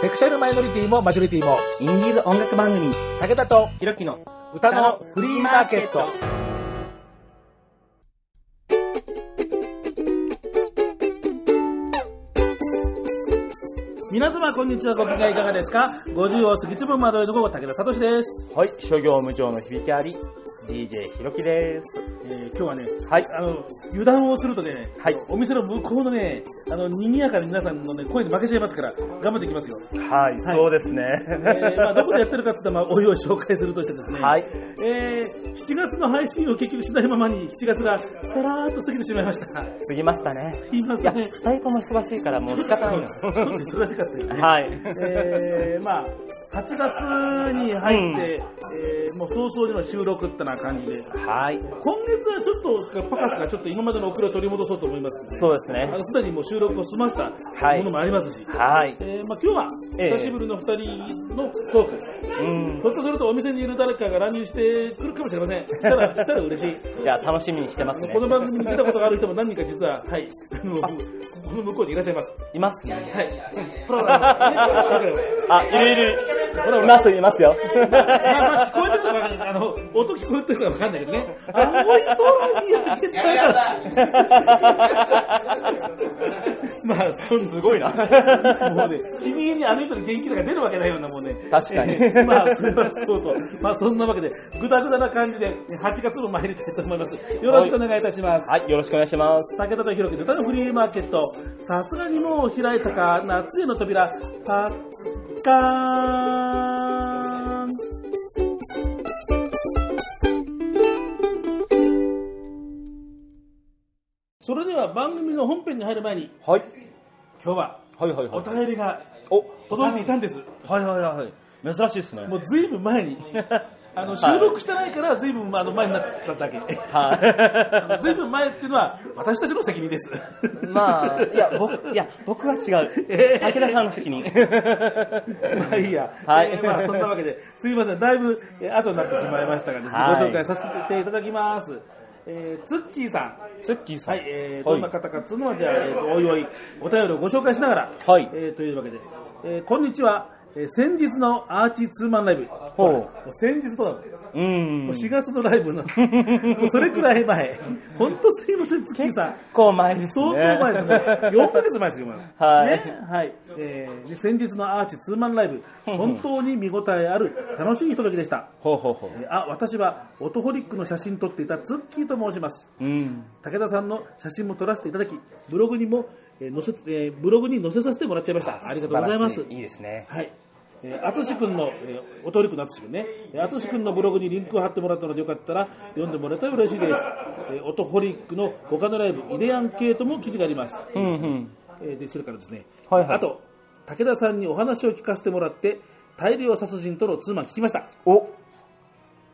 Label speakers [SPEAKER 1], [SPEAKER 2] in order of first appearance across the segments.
[SPEAKER 1] セクシャルマイノリティもマジョリティも、
[SPEAKER 2] インディーズ音楽番組、
[SPEAKER 1] 武田と
[SPEAKER 2] ひろきの
[SPEAKER 1] 歌のフリーマーケット。
[SPEAKER 3] 皆様こんにちはご機嫌いかがですか50を過ぎつぶ惑いの子武田聡です、
[SPEAKER 2] はい、諸行無常の響きあり、DJ ひろきです。
[SPEAKER 3] えー、今日はね
[SPEAKER 2] はい、
[SPEAKER 3] あの油断をするとね、
[SPEAKER 2] はい
[SPEAKER 3] お店の向こうのねあの賑やかな皆さんの、ね、声で負けちゃいますから頑張っていきますよ、
[SPEAKER 2] はい、そうですね。
[SPEAKER 3] えーまあ、どこでやってるかって言ったら、まあ、お湯を紹介するとしてです ね、
[SPEAKER 2] はい、
[SPEAKER 3] えー、7月の配信を結局しないままに7月がさらーっと過ぎてしまいました
[SPEAKER 2] 過ぎましたね。
[SPEAKER 3] 言います
[SPEAKER 2] いや、
[SPEAKER 3] ね
[SPEAKER 2] 二人とも忙しいからもう仕方ないの。
[SPEAKER 3] 忙しかったよ ね
[SPEAKER 2] はい。
[SPEAKER 3] えー、まあ8月に入って、えーもう早々での収録ってな感じで
[SPEAKER 2] はい、
[SPEAKER 3] 今月はちょっとパカスがちょっと今までの遅れを取り戻そうと思います
[SPEAKER 2] そうです
[SPEAKER 3] あ
[SPEAKER 2] ね。
[SPEAKER 3] のすでにもう収録を済ました
[SPEAKER 2] はい
[SPEAKER 3] ものもありますし、
[SPEAKER 2] はい。
[SPEAKER 3] えーまあ、今日は
[SPEAKER 2] ええ
[SPEAKER 3] 久しぶりの2人のトーク、
[SPEAKER 2] うん
[SPEAKER 3] ひ。ょっとするとお店にいる誰かが乱入してくるかもしれませんし たらしたら嬉しい
[SPEAKER 2] いや、楽しみにしてますね
[SPEAKER 3] こ。の番組に出たことがある人も何人か実は、はい、あのこの向こうにいらっしゃ います。
[SPEAKER 2] いますね。
[SPEAKER 3] はい。ほらほら、ほら
[SPEAKER 2] あ、いるいる。
[SPEAKER 3] ほら
[SPEAKER 2] います、いますよ。
[SPEAKER 3] まあまあ聞こえてるかわかんないあの、音聞こえてるかわかんないけどね。あ、おい、そうなんや、 まあ、そん
[SPEAKER 2] すごいな。
[SPEAKER 3] もうね、君にあの人の元気とか出るわけないようなもんね。
[SPEAKER 2] 確かに
[SPEAKER 3] まあ、それはそうそう。まあ、そんなわけで、ぐだぐだな感じで、8月も参りたいと思います。よろしくお願いいたします。
[SPEAKER 2] はい、よろしくお願いします。
[SPEAKER 3] 武田とひろきの歌のフリーマーケット。さすがにもう開いたか、夏への扉、パッカーン。それでは番組の本編に入る前に、
[SPEAKER 2] はい。
[SPEAKER 3] 今日は
[SPEAKER 2] はいはい
[SPEAKER 3] お便りが
[SPEAKER 2] お、
[SPEAKER 3] 届いていたんです。
[SPEAKER 2] はいはいはい。珍しいですね
[SPEAKER 3] もうずいぶん前に。あの収録してないからずいぶんあの前になっただけ。
[SPEAKER 2] は
[SPEAKER 3] ずいぶん前っていうのは私たちの責任です。
[SPEAKER 2] い。まあ、いや、僕、いや、僕は違う。
[SPEAKER 3] えー
[SPEAKER 2] 武田さんの責任。
[SPEAKER 3] まあいいや。
[SPEAKER 2] はい
[SPEAKER 3] えーまあそんなわけで、すみません、だいぶ、えー後になってしまいましたがですね、
[SPEAKER 2] はい
[SPEAKER 3] ご紹介させていただきます。えー、ツッキーさん。
[SPEAKER 2] ツッキーさん。
[SPEAKER 3] はい、えー、どんな方かっつうのは、じゃあ、えーとおいおい、お便りをご紹介しながら、
[SPEAKER 2] はい
[SPEAKER 3] えーというわけで、えーこんにちは。えー先日のアーチツーマンライブ。
[SPEAKER 2] ほう
[SPEAKER 3] ほらもう先日とだもん。
[SPEAKER 2] う。
[SPEAKER 3] もうん4月のライブなの。もうそれくら い前。ほんとすいません、ツッキーさん。
[SPEAKER 2] こう前ですね。
[SPEAKER 3] 相当前ですね。4ヶ月前ですよ、今の。
[SPEAKER 2] はい
[SPEAKER 3] ねはい。えーで先日のアーチツーマンライブ、本当に見応えある楽しいひとときでした。
[SPEAKER 2] ほうほうほう。
[SPEAKER 3] えーあ、私は、オトホリックの写真撮っていたツッキーと申します。
[SPEAKER 2] うん。
[SPEAKER 3] 武田さんの写真も撮らせていただき、ブログにも、えー載せ、えーブログに載せさせてもらっちゃいました。ありがとうございます
[SPEAKER 2] 素晴ら。しいいいですね。
[SPEAKER 3] はい。えー、あつしくんの、えー、おとりくのあつしくんね、えーあつしくんのブログにリンクを貼ってもらったのでよかったら読んでもらえたら嬉しいです。えー、オトホリックの他のライブ、イデアンケートも記事があります。
[SPEAKER 2] うんうん。
[SPEAKER 3] えーで、それからですね、
[SPEAKER 2] はいはい
[SPEAKER 3] あと、武田さんにお話を聞かせてもらって、大量殺人とのツーマン聞きました。
[SPEAKER 2] お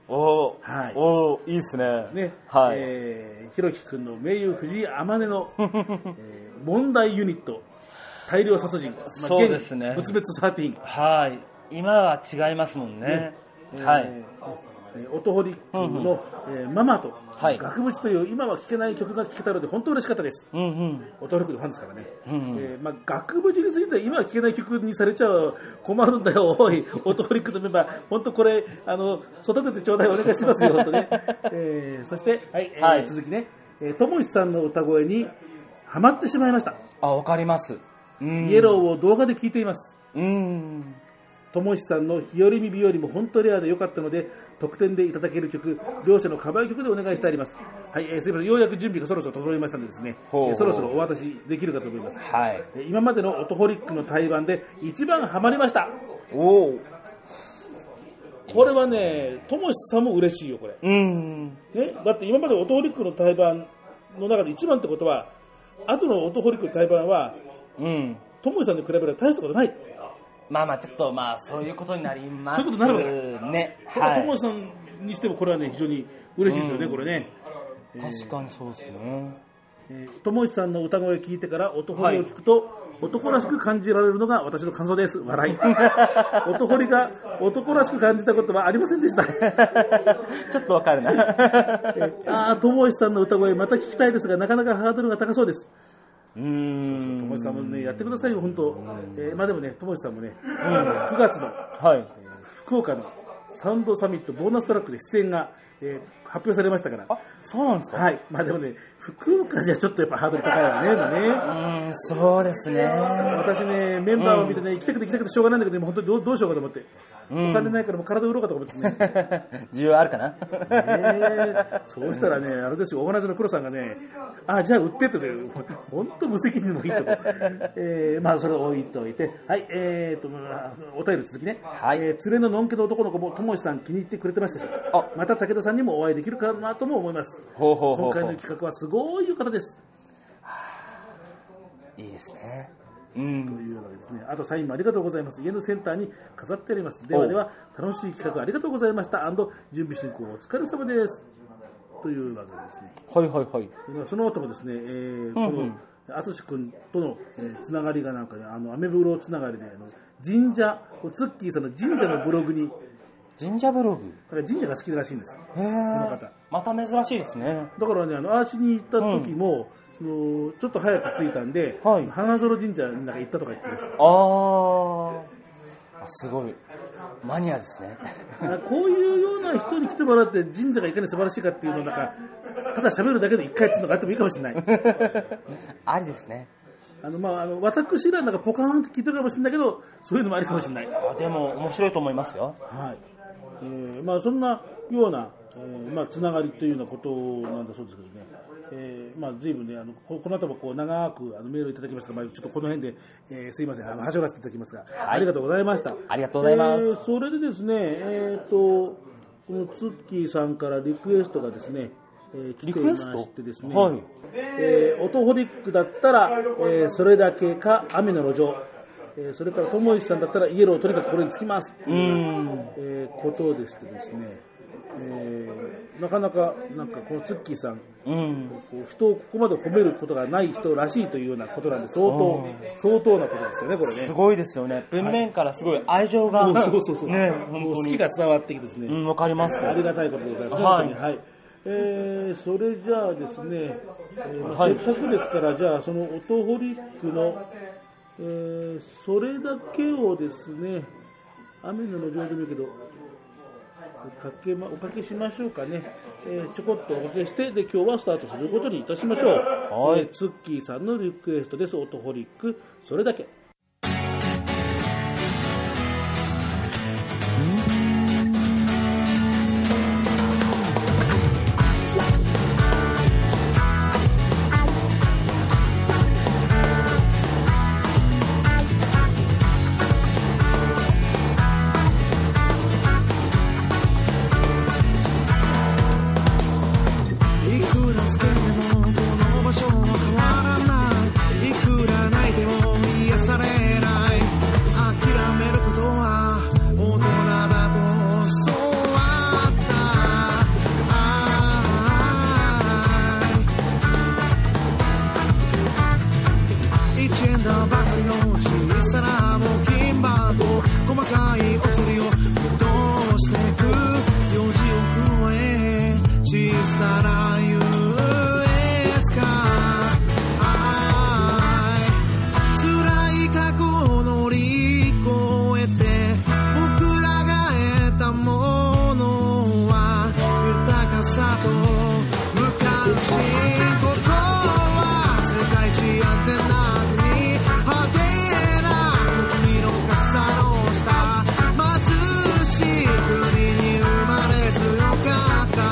[SPEAKER 2] おー
[SPEAKER 3] はい
[SPEAKER 2] おーいいですね。
[SPEAKER 3] ね、
[SPEAKER 2] はい。
[SPEAKER 3] えー、ひろきくんの名優藤井天 音の、えー問題ユニット、大量殺人、まあ
[SPEAKER 2] そうですね
[SPEAKER 3] 現仏滅13。
[SPEAKER 2] はい。今は違いますもんね。はい。
[SPEAKER 3] えー。オトホリックの、えーママと、
[SPEAKER 2] はい
[SPEAKER 3] 額縁という今は聴けない曲が聴けたので本当嬉しかったです。
[SPEAKER 2] うんうん。
[SPEAKER 3] オトホリックのファンですからね。
[SPEAKER 2] うんうん
[SPEAKER 3] えーまあ、額縁については今は聴けない曲にされちゃう困るんだよ、 おい、オトホリックのメンバー、本当これ、あの、育ててちょうだいお願いしますよ、本 当ね。えーそして、はい、えー
[SPEAKER 2] はい
[SPEAKER 3] 続きね、えーともしさんの歌声にハマってしまいました。
[SPEAKER 2] あ、わかります。うん
[SPEAKER 3] イエローを動画で聴いています。
[SPEAKER 2] うん。
[SPEAKER 3] ともしさんの日和見日和も本当レアで良かったので、特典でいただける曲、両者のカバー曲でお願いしてあります。はい、えーすみません、ようやく準備がそろそろ整いましたのでですね、え
[SPEAKER 2] ほう
[SPEAKER 3] ーそろそろお渡しできるかと思います。
[SPEAKER 2] はい。
[SPEAKER 3] えー今までのオトホリックの対バンで一番ハマりました。
[SPEAKER 2] おお。
[SPEAKER 3] これはね、ともしさんも嬉しいよ、これ。
[SPEAKER 2] うん。
[SPEAKER 3] ね、だって今までオトホリックの対バンの中で一番ってことは、後のオトホリックの対バンは、
[SPEAKER 2] うん。
[SPEAKER 3] ともしさんに比べれば大したことない。
[SPEAKER 2] まあまあ、ちょっとまあ、そういうことになります。
[SPEAKER 3] そういうことにな
[SPEAKER 2] ね。
[SPEAKER 3] これはと
[SPEAKER 2] は
[SPEAKER 3] も
[SPEAKER 2] い
[SPEAKER 3] し。さんにしてもこれはね、非常に嬉しいですよね、
[SPEAKER 2] うん
[SPEAKER 3] これね。
[SPEAKER 2] 確かにそうですね。
[SPEAKER 3] えー友一さんの歌声を聞いてから男堀を聞くと、男らしく感じられるのが私の感想です。笑い。 男堀が男らしく感じたことはありませんでし た。
[SPEAKER 2] ちょっとわかるな。
[SPEAKER 3] ああ、友一さんの歌声また聞きたいですが、なかなかハードルが高そうです。
[SPEAKER 2] うーん。
[SPEAKER 3] 友達さんもね、やってくださいよ、本当。えーまあでもね、友達さんもね、9月の
[SPEAKER 2] はい。
[SPEAKER 3] 福岡のサウンドサミットボーナストラックで出演が、えー発表されましたから。
[SPEAKER 2] あ、そうなんですか
[SPEAKER 3] はい。まあでもね、福岡じゃちょっとやっぱハードル高いわね、今ね。
[SPEAKER 2] うーん、そうですね。
[SPEAKER 3] 私ね、メンバーを見てね、行きたくて行きたくてしょうがないんだけど、もう本当にどうどうしようかと思って。
[SPEAKER 2] うん
[SPEAKER 3] お金ないからもう体売ろうかと思ってね。ね
[SPEAKER 2] 需要あるかな
[SPEAKER 3] えそうしたらね、あれですよ、オーガナイザーの黒さんがね、あ、じゃあ売ってってね、本当無責任もいいと思う。えー、まあそれを置いといて、はい、えーと、お便り続きね。
[SPEAKER 2] はい
[SPEAKER 3] えー連れののんけの男の子も、ともしさん気に入ってくれてましたし、
[SPEAKER 2] あ
[SPEAKER 3] また武田さんにもお会いできるかなとも思います。
[SPEAKER 2] ほうほうほうほう
[SPEAKER 3] 今回の企画はすごい良かったです。
[SPEAKER 2] いいですね。う
[SPEAKER 3] と
[SPEAKER 2] ん。
[SPEAKER 3] いうわけですね。あとサインもありがとうございます。家のセンターに飾ってあります。ではでは、楽しい企画ありがとうございました。準備進行お疲れ様です。というわけですね。
[SPEAKER 2] はいはいはい。
[SPEAKER 3] まあその後もですね、えーこ
[SPEAKER 2] うんう
[SPEAKER 3] の、あとし君との、えーつながりがなんかね、あの、アメブロつながりで、あの、神社、ツッキーさんの神社のブログに、
[SPEAKER 2] 神社ブログ。
[SPEAKER 3] だから神社が好きらしいんです。
[SPEAKER 2] へ
[SPEAKER 3] 方
[SPEAKER 2] え。また珍しいですね。
[SPEAKER 3] だからね、あの、アーチに行った時も、そのちょっと早く着いたんで、
[SPEAKER 2] はい
[SPEAKER 3] 花園神社になんか行ったとか言ってました。
[SPEAKER 2] あー。あ、すごい。マニアですね。
[SPEAKER 3] あこういうような人に来てもらって神社がいかに素晴らしいかっていうのをなんかただ喋るだけで一回っていうのがあってもいいかもしれない
[SPEAKER 2] ありですね。
[SPEAKER 3] あの、まあ、あの私らなんかポカーンって聞いてるかもしれないけどそういうのもありかもしれない、は
[SPEAKER 2] あ、でも面白いと思いますよ。
[SPEAKER 3] いえーまあ、そんなような、えーまあ、つながりというようなことなんだそうですけどね、えーまあ、随分ねあのここの後もこう長くあのメールをいただきましたのでまあ、ちょっとこの辺で、えーすいませんあの端折らせていただきますが、ありがとうございました
[SPEAKER 2] ありがとうございます
[SPEAKER 3] えーそれでですね、えっ、と、このツッキーさんからリクエストがですね、えー来ていましてです
[SPEAKER 2] リクエス
[SPEAKER 3] ね、
[SPEAKER 2] トはい
[SPEAKER 3] えーオトホリックだったら、えーそれだけか、雨の路上、えーそれから友石さんだったら、イエローとにかくこれにつきますっていう、えーことでしてですね、えーなかなか、なんかこのツッキーさん、
[SPEAKER 2] うん。
[SPEAKER 3] こう人をここまで褒めることがない人らしいというようなことなんで、相当、相当なことですよね、これね。
[SPEAKER 2] すごいですよね。文面からすごい愛情が。
[SPEAKER 3] うんそうそうそう。
[SPEAKER 2] ね、
[SPEAKER 3] も
[SPEAKER 2] 本
[SPEAKER 3] う
[SPEAKER 2] 当
[SPEAKER 3] 好き
[SPEAKER 2] に
[SPEAKER 3] が。伝わってきてですね。
[SPEAKER 2] うん、わかります。
[SPEAKER 3] ありがたいことでございますね。
[SPEAKER 2] はい
[SPEAKER 3] 本当にはい。えー、それじゃあですね、えーまあ
[SPEAKER 2] はい
[SPEAKER 3] せっかくですから、じゃあそのオトホリックの、えー、それだけをですね、雨の路上でもいいけど、おかけま、おかけしましょうかね。えーちょこっとおかけして、で、今日はスタートすることにいたしましょう。
[SPEAKER 2] はい
[SPEAKER 3] えーツッキーさんのリクエストです。オトホリック、それだけ。
[SPEAKER 4] いくらつけてもこの場所は変わらないいくら泣いても癒されない諦めることは大人だと教わった愛一円だばかりの小さな募金箱細かいお釣りをどうしてく用事を加え小さな優越感愛辛い過去を乗り越えて僕らが得たものは豊かさと無関心心は世界一あてなのに果てな国の傘の下貧しい国に生まれ強かった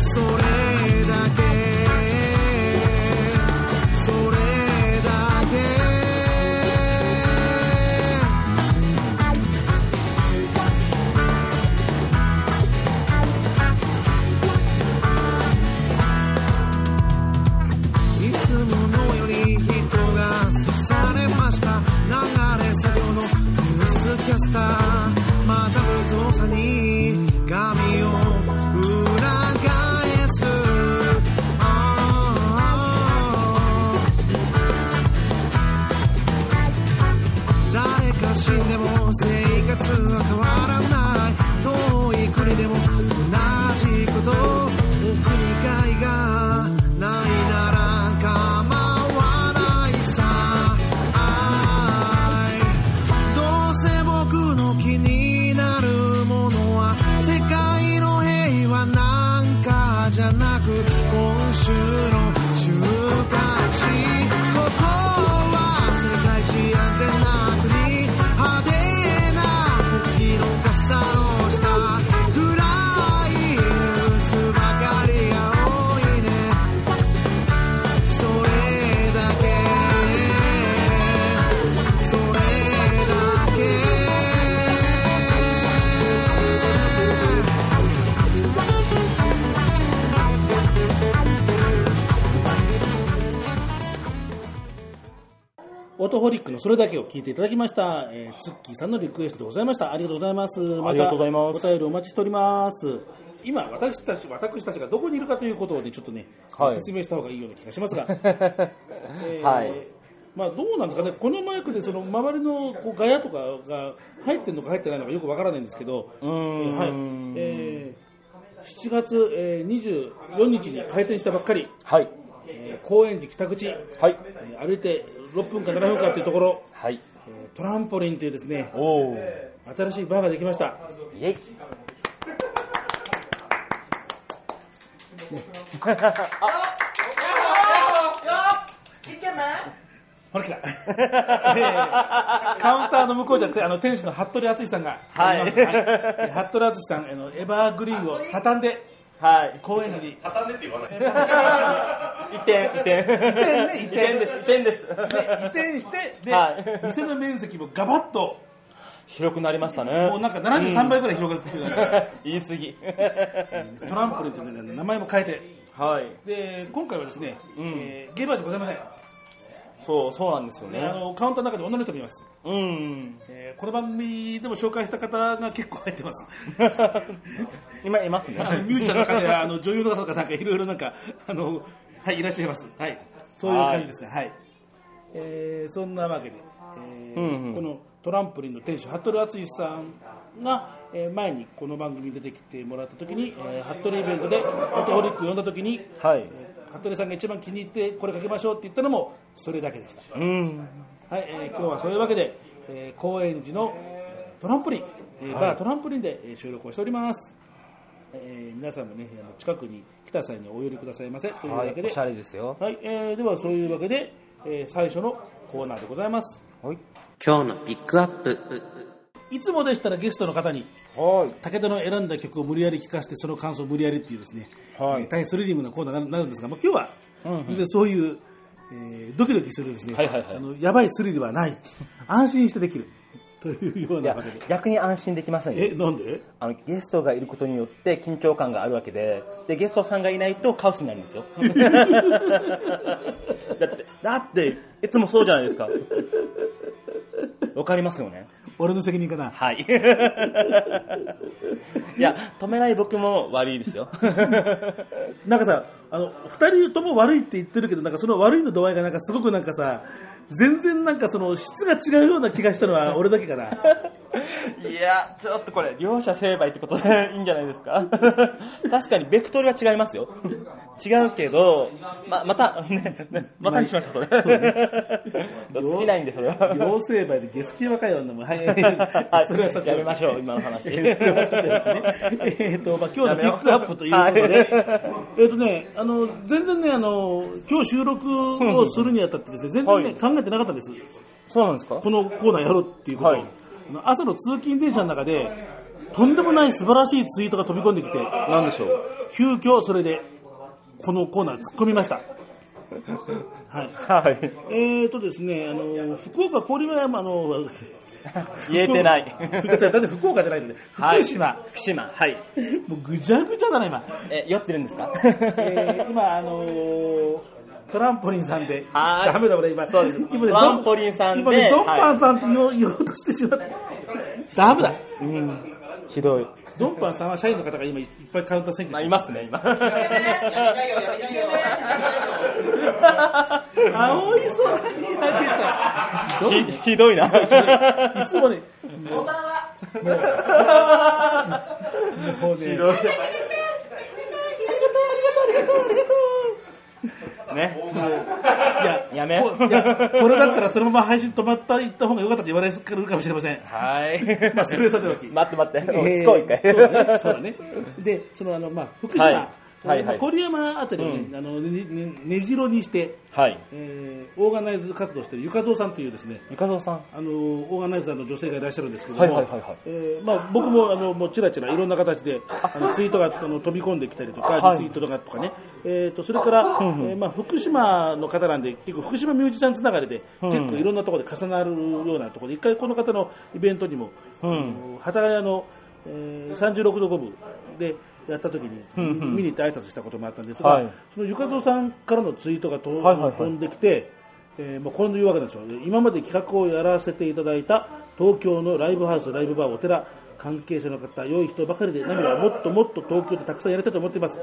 [SPEAKER 4] それだけそれだけいつものより人が刺されました流れ作業のニュースキャスターまた無造作に髪を裏返すああ誰か死んでも生活は変わらない遠い国でも同じことお国外がないなら構わ
[SPEAKER 3] ホリックのそれだけを聞いていただきました、えー、ツッキーさんのリクエストでございましたありがとうございますまた
[SPEAKER 2] ありがとうございます
[SPEAKER 3] お便りお待ちしております今私たち私たちがどこにいるかということをねちょっとね、
[SPEAKER 2] はい
[SPEAKER 3] 説明した方がいいような気がしますが、え ー
[SPEAKER 2] はい。
[SPEAKER 3] まあどうなんですかね、このマイクでその周りのこうガヤとかが入ってるのか入ってないのかよくわからないんですけど、
[SPEAKER 2] うーん
[SPEAKER 3] はいえー7月、えー24日に開店したばっかり、
[SPEAKER 2] はい。
[SPEAKER 3] えー高円寺北口、
[SPEAKER 2] はい。
[SPEAKER 3] えー歩いて6分か7分かというところ、
[SPEAKER 2] はい。
[SPEAKER 3] えートランポリンというですね
[SPEAKER 2] おお。イ
[SPEAKER 3] 新しいバーができました。
[SPEAKER 2] ェイ。
[SPEAKER 3] ほら来た えーカウンターの向こうじゃなくて、あの店主の服部敦さんが、
[SPEAKER 2] はい
[SPEAKER 3] いますはいえー服部敦さん、あのエバーグリーンを畳んで、
[SPEAKER 2] はい。
[SPEAKER 3] 高円寺に
[SPEAKER 5] 畳んでって言 わない。
[SPEAKER 2] 移転、移転。
[SPEAKER 3] 移転ね
[SPEAKER 2] 移転です、移転
[SPEAKER 3] で移
[SPEAKER 2] です。
[SPEAKER 3] 転して、で、
[SPEAKER 2] はい
[SPEAKER 3] 店の面積もガバッと、
[SPEAKER 2] 広くなりましたね。
[SPEAKER 3] もうなんか73倍ぐらい広がってくるようになって、
[SPEAKER 2] 言い過ぎ。
[SPEAKER 3] トランポリンというね名前も変えて、
[SPEAKER 2] はい。
[SPEAKER 3] で、今回はですね、
[SPEAKER 2] うん
[SPEAKER 3] えーゲーバーじゃございません。
[SPEAKER 2] そう、そうなんですよ
[SPEAKER 3] であ
[SPEAKER 2] ね。
[SPEAKER 3] のカウンターの中で女の人もいます。
[SPEAKER 2] うん。
[SPEAKER 3] えーこの番組でも紹介した方が結構入っ てます。
[SPEAKER 2] 今います
[SPEAKER 3] あのミュージシャンの方やあの女優の方とかなんかいろいろなんかあのはいいらっしゃいます。はい。そういう感じですね。はい。えーそんなわけで、えー
[SPEAKER 2] うんうん
[SPEAKER 3] このトランポリンの店主服部敦さんが、えー前にこの番組に出てきてもらった時に、えー、服部イベントでオトホリック呼んだ時に、
[SPEAKER 2] はい。
[SPEAKER 3] えー服部さんが一番気に入ってこれかけましょうって言ったのもそれだけでし
[SPEAKER 2] う
[SPEAKER 3] た。
[SPEAKER 2] ん。
[SPEAKER 3] はい、えー今日はそういうわけで、えー高円寺のえートランポリン、えーバートランポリンでえー収録をしております、えー皆さんもねあの近くに来た際にお寄りくださいませというわ
[SPEAKER 2] は
[SPEAKER 3] け
[SPEAKER 2] い。
[SPEAKER 3] で、
[SPEAKER 2] おしゃ
[SPEAKER 3] はい
[SPEAKER 2] れですよ。
[SPEAKER 3] えーではそういうわけで、えー最初のコーナーでございます
[SPEAKER 2] はい。
[SPEAKER 6] 今日のピックアップ
[SPEAKER 3] いつもでしたらゲストの方に
[SPEAKER 2] はい。
[SPEAKER 3] 武田の選んだ曲を無理やり聴かせてその感想を無理やりっていうですね、
[SPEAKER 2] はい
[SPEAKER 3] えー大変スリリングなコーナーになるんですが、まあ、今日は全然そういう、えードキドキするですね、
[SPEAKER 2] はいはいはい
[SPEAKER 3] あのやばいスリルはない安心してできる というよう
[SPEAKER 2] い
[SPEAKER 3] な
[SPEAKER 2] や
[SPEAKER 3] わけで、
[SPEAKER 2] 逆に安心できません
[SPEAKER 3] え
[SPEAKER 2] よ。
[SPEAKER 3] なんで
[SPEAKER 2] あの、ゲストがいることによって緊張感があるわけで、で、ゲストさんがいないとカオスになるんです よ。だって、だって、いつもそうじゃないですか。わかりますよね。
[SPEAKER 3] 俺の責任かな
[SPEAKER 2] はい。 いや、止めない僕も悪いですよ。
[SPEAKER 3] なんかさあの2人とも悪いって言ってるけどなんかその悪いの度合いがなんかすごくなんかさ全然なんかその質が違うような気がしたのは俺だけ かな
[SPEAKER 2] いや、ちょっとこれ、両者成敗ってことでいいんじゃないですか 確かに、ベクトルは違いますよ。違うけど、ま、また、 ね、ねまたにしましょう、それ。 尽きないんで、それは。
[SPEAKER 3] 両成敗でゲスキー若い女もはい
[SPEAKER 2] はい
[SPEAKER 3] それはさて
[SPEAKER 2] やめましょう、今の 話。
[SPEAKER 3] えっと、まあ、今日のピックアップということで、えっとね、あの、全然ね、あの、今日収録をするにあたってですね、全然ね、
[SPEAKER 2] はい
[SPEAKER 3] 考えてなかったんです。
[SPEAKER 2] そうなんですか
[SPEAKER 3] このコーナーやろうっていうことを、
[SPEAKER 2] はい
[SPEAKER 3] あの朝の通勤電車の中で、とんでもない素晴らしいツイートが飛び込んできて、
[SPEAKER 2] なんでしょう。
[SPEAKER 3] 急遽それで、このコーナー突っ込みました。はい。
[SPEAKER 2] はい。
[SPEAKER 3] えっ、ー、とですね、あの、福岡郡山の、
[SPEAKER 2] 言えてない
[SPEAKER 3] だって福岡じゃないんで、
[SPEAKER 2] はい
[SPEAKER 3] 福島。
[SPEAKER 2] 福島、はい。
[SPEAKER 3] もうぐちゃぐちゃだな、今。
[SPEAKER 2] え、酔ってるんで すか
[SPEAKER 3] えー今、あのートランポリンさんで、
[SPEAKER 2] はい
[SPEAKER 3] ダメだ、俺今、
[SPEAKER 2] そうです
[SPEAKER 3] 今ね
[SPEAKER 2] トランポリンさんで
[SPEAKER 3] 今ね、ドンパ
[SPEAKER 2] は
[SPEAKER 3] ン
[SPEAKER 2] い
[SPEAKER 3] さんって言おう言おうとしてしまった。ダメだ。
[SPEAKER 2] うん、ひどい。
[SPEAKER 3] ドンパンさんは社員の方が今いっぱいカウンター選挙
[SPEAKER 2] まあ、
[SPEAKER 3] して
[SPEAKER 2] い
[SPEAKER 3] る
[SPEAKER 2] ますね、今。
[SPEAKER 3] 青い空にあげ
[SPEAKER 2] ひ
[SPEAKER 3] た。
[SPEAKER 2] ひどいな。
[SPEAKER 3] いつもね、もうね、
[SPEAKER 2] ひどい。ね。
[SPEAKER 3] い
[SPEAKER 2] や
[SPEAKER 3] や、
[SPEAKER 2] め
[SPEAKER 3] こいやこれだったらそのまま配信止まった、行った方が良かったって言われるかもしれません。
[SPEAKER 2] はい。
[SPEAKER 3] まあそれはさておき
[SPEAKER 2] 待って待って。
[SPEAKER 3] えー
[SPEAKER 2] 聞こう一回。
[SPEAKER 3] そうだね。そうだね。で、そのあのまあ福島、
[SPEAKER 2] はい
[SPEAKER 3] は
[SPEAKER 2] はいい
[SPEAKER 3] は、
[SPEAKER 2] はいい
[SPEAKER 3] 郡山あたりをね、あのねねねじろにして、
[SPEAKER 2] はい。
[SPEAKER 3] えー、オーガナイズ活動してるゆかぞうさんというですね。
[SPEAKER 2] ゆかぞうさん。
[SPEAKER 3] あのオーガナイザーの女性がいらっしゃるんですけども、
[SPEAKER 2] はいはいはいはい
[SPEAKER 3] えーまあ、僕もあのもうちらちらいろんな形であのツイートがあの飛び込んできたりとか、
[SPEAKER 2] はい
[SPEAKER 3] リツイートとかとかね、えー、とそれから、えーまあ、福島の方なんで結構福島ミュージシャンつながりで、結構いろんなところで重なるようなところで一回この方のイベントにも、あの幡ヶ谷の、えー36度5分でやった時に、見に行って挨拶したこともあったんですが、
[SPEAKER 2] はい
[SPEAKER 3] そのゆかぞうさんからのツイートがと、
[SPEAKER 2] はいはいはい
[SPEAKER 3] 飛んできて、えーまあ、こういうわけなんでしょう今まで企画をやらせていただいた東京のライブハウス、ライブバー、お寺関係者の方、良い人ばかりで涙はもっともっと東京でたくさんやりたいと思っています、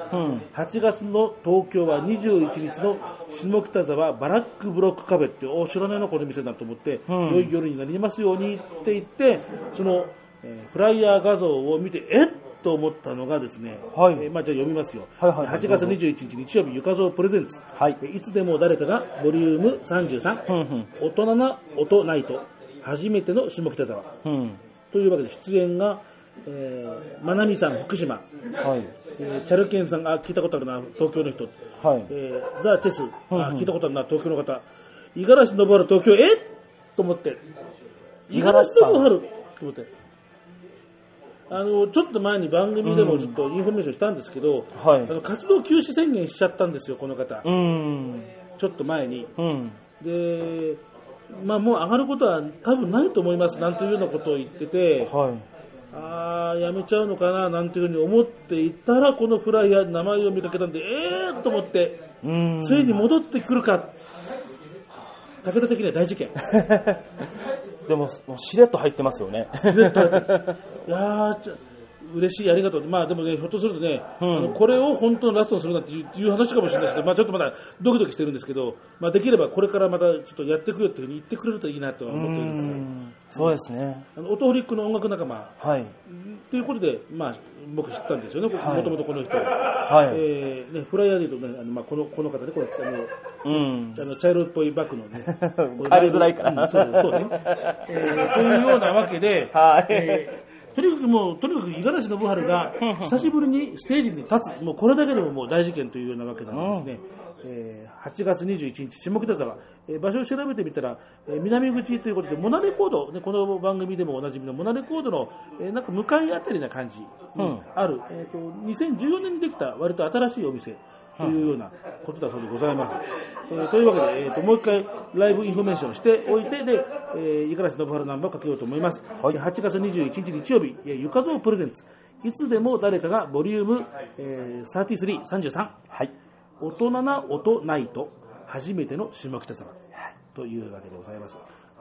[SPEAKER 3] 8月の東京は21日の下北沢バラックブロックカフェってお知らないのこの店だと思って、良い夜になりますようにって言ってその、えーフライヤー画像を見てえっと思ったのがですね、
[SPEAKER 2] はい
[SPEAKER 3] えーまあ、じゃあ読みますよ、
[SPEAKER 2] はいはいはい
[SPEAKER 3] 8月21日日曜日、ゆかぞうプレゼンツ、
[SPEAKER 2] はい
[SPEAKER 3] えーいつでも誰かがボリューム33、
[SPEAKER 2] んうん
[SPEAKER 3] 大人な音ナイト、初めての下北沢
[SPEAKER 2] うん。
[SPEAKER 3] というわけで出演が、えー、まなみさん、福島、
[SPEAKER 2] はい。
[SPEAKER 3] えーチャルケンさんが聞いたことあるな、東京の人、
[SPEAKER 2] はい
[SPEAKER 3] えーザ・チェス、あ聞いたことあるな、東京の方、五十嵐昇る東京、えっと思って、
[SPEAKER 2] 五十
[SPEAKER 3] 五十
[SPEAKER 2] 嵐
[SPEAKER 3] 嵐
[SPEAKER 2] さん
[SPEAKER 3] 昇ると思って。あのちょっと前に番組でもちょっとインフォメーションしたんですけど、
[SPEAKER 2] はい
[SPEAKER 3] あの活動休止宣言しちゃったんですよ、この方、
[SPEAKER 2] うん。
[SPEAKER 3] ちょっと前に。
[SPEAKER 2] うん。
[SPEAKER 3] で、まあ、もう上がることは多分ないと思いますなんていうようなことを言ってて、
[SPEAKER 2] は
[SPEAKER 3] ああ、やめちゃうのかななんていうふうに思っていたら、このフライヤー、名前を見かけたんで、えーっと思って、
[SPEAKER 2] い。うん。
[SPEAKER 3] ついに戻ってくるか、武田的には 大事件、
[SPEAKER 2] でも、もうしれっと入ってますよね。
[SPEAKER 3] いやー、ちょ嬉しい、ありがとう、まあでもね、ひょっとするとね、
[SPEAKER 2] ん
[SPEAKER 3] あのこれを本当のラストにするなんていういう話かもしれないですけど、まあ、ちょっとまだドキドキしてるんですけど、まあ、できればこれからまたちょっとやっていくよっていうふうに言ってくれるといいなとは思ってるんですよ。
[SPEAKER 2] そうですね。
[SPEAKER 3] あのオトフリックの音楽仲間
[SPEAKER 2] はい。
[SPEAKER 3] ということで、まあ、僕知ったんですよね、
[SPEAKER 2] はい
[SPEAKER 3] もともとこの人、
[SPEAKER 2] はい。
[SPEAKER 3] えーね、フライヤーで言うと、ねあのまあ、このこの方でこのあの
[SPEAKER 2] うん。、
[SPEAKER 3] あの茶色っぽいバッグのね
[SPEAKER 2] ありづらいから
[SPEAKER 3] うんそうそうね、えーというようなわけで、
[SPEAKER 2] はい
[SPEAKER 3] えーとにかくもう、とにかく五十嵐信春が久しぶりにステージに立つ、もうこれだけでももう大事件というようなわけなんですね。えー8月21日、下北沢、えー場所を調べてみたら、えー南口ということで、モナレコード、ね、この番組でもおなじみのモナレコードの、えーなんか向かいあたりな感じ、ある、えーと、2014年にできた割と新しいお店、というようなことだそうでございます。えーというわけで、えーともう一回ライブインフォメーションしておいて、で、えー、五十嵐信春ナンバーをかけようと思います。
[SPEAKER 2] はい
[SPEAKER 3] えー8月21日日曜日、えーゆかぞうプレゼンツ。いつでも誰かがボリューム、えー、33、33。
[SPEAKER 2] はい。
[SPEAKER 3] 大人な音ないと、初めての下北沢。というわけでございます。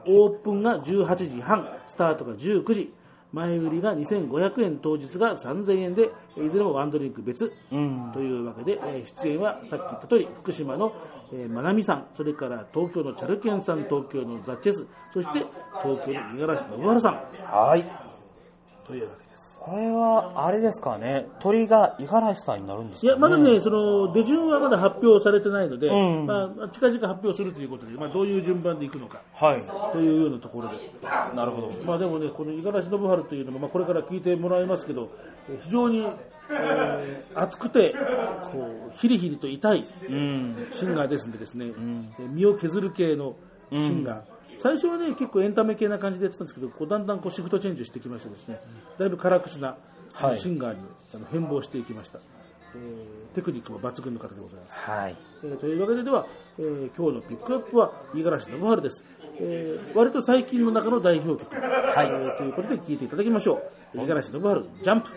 [SPEAKER 3] オープンが18時半、スタートが19時。前売りが2500円、当日が3000円で、えーいずれもワンドリンク別
[SPEAKER 2] うん。
[SPEAKER 3] というわけで、えー出演はさっき言った通り福島の、えー、まなみさんそれから東京のチャルケンさん東京のザ・チェスそして東京の五十嵐信原さん
[SPEAKER 2] はい。
[SPEAKER 3] というわけです
[SPEAKER 2] これは、あれですかね。鳥が五十嵐さんになるんですか
[SPEAKER 3] いやまだね、その出順はまだ発表されてないので、
[SPEAKER 2] うん
[SPEAKER 3] まあ、近々発表するということで、まあ、どういう順番でいくのか
[SPEAKER 2] は
[SPEAKER 3] というようなところで、
[SPEAKER 2] い。なるほど。
[SPEAKER 3] まあ、でもねこの五十嵐信春というのも、まあ、これから聞いてもらいますけどえー非常に、えー熱くてこうヒリヒリと痛い
[SPEAKER 2] うん。
[SPEAKER 3] シンガーですんでですね、えー身を削る系のシンガー、最初はね結構エンタメ系な感じでやってたんですけどこうだんだんこうシフトチェンジしてきましてですねだいぶ辛口な、あの
[SPEAKER 2] はい
[SPEAKER 3] シンガーにあの変貌していきました、えーテクニックも抜群の方でございます、
[SPEAKER 2] はい。
[SPEAKER 3] えーというわけででは、えー今日のピックアップは五十嵐信春です、えー割と最近の中の代表曲、
[SPEAKER 2] い
[SPEAKER 3] えーということで聴いていただきましょう五十嵐信春ジャンプ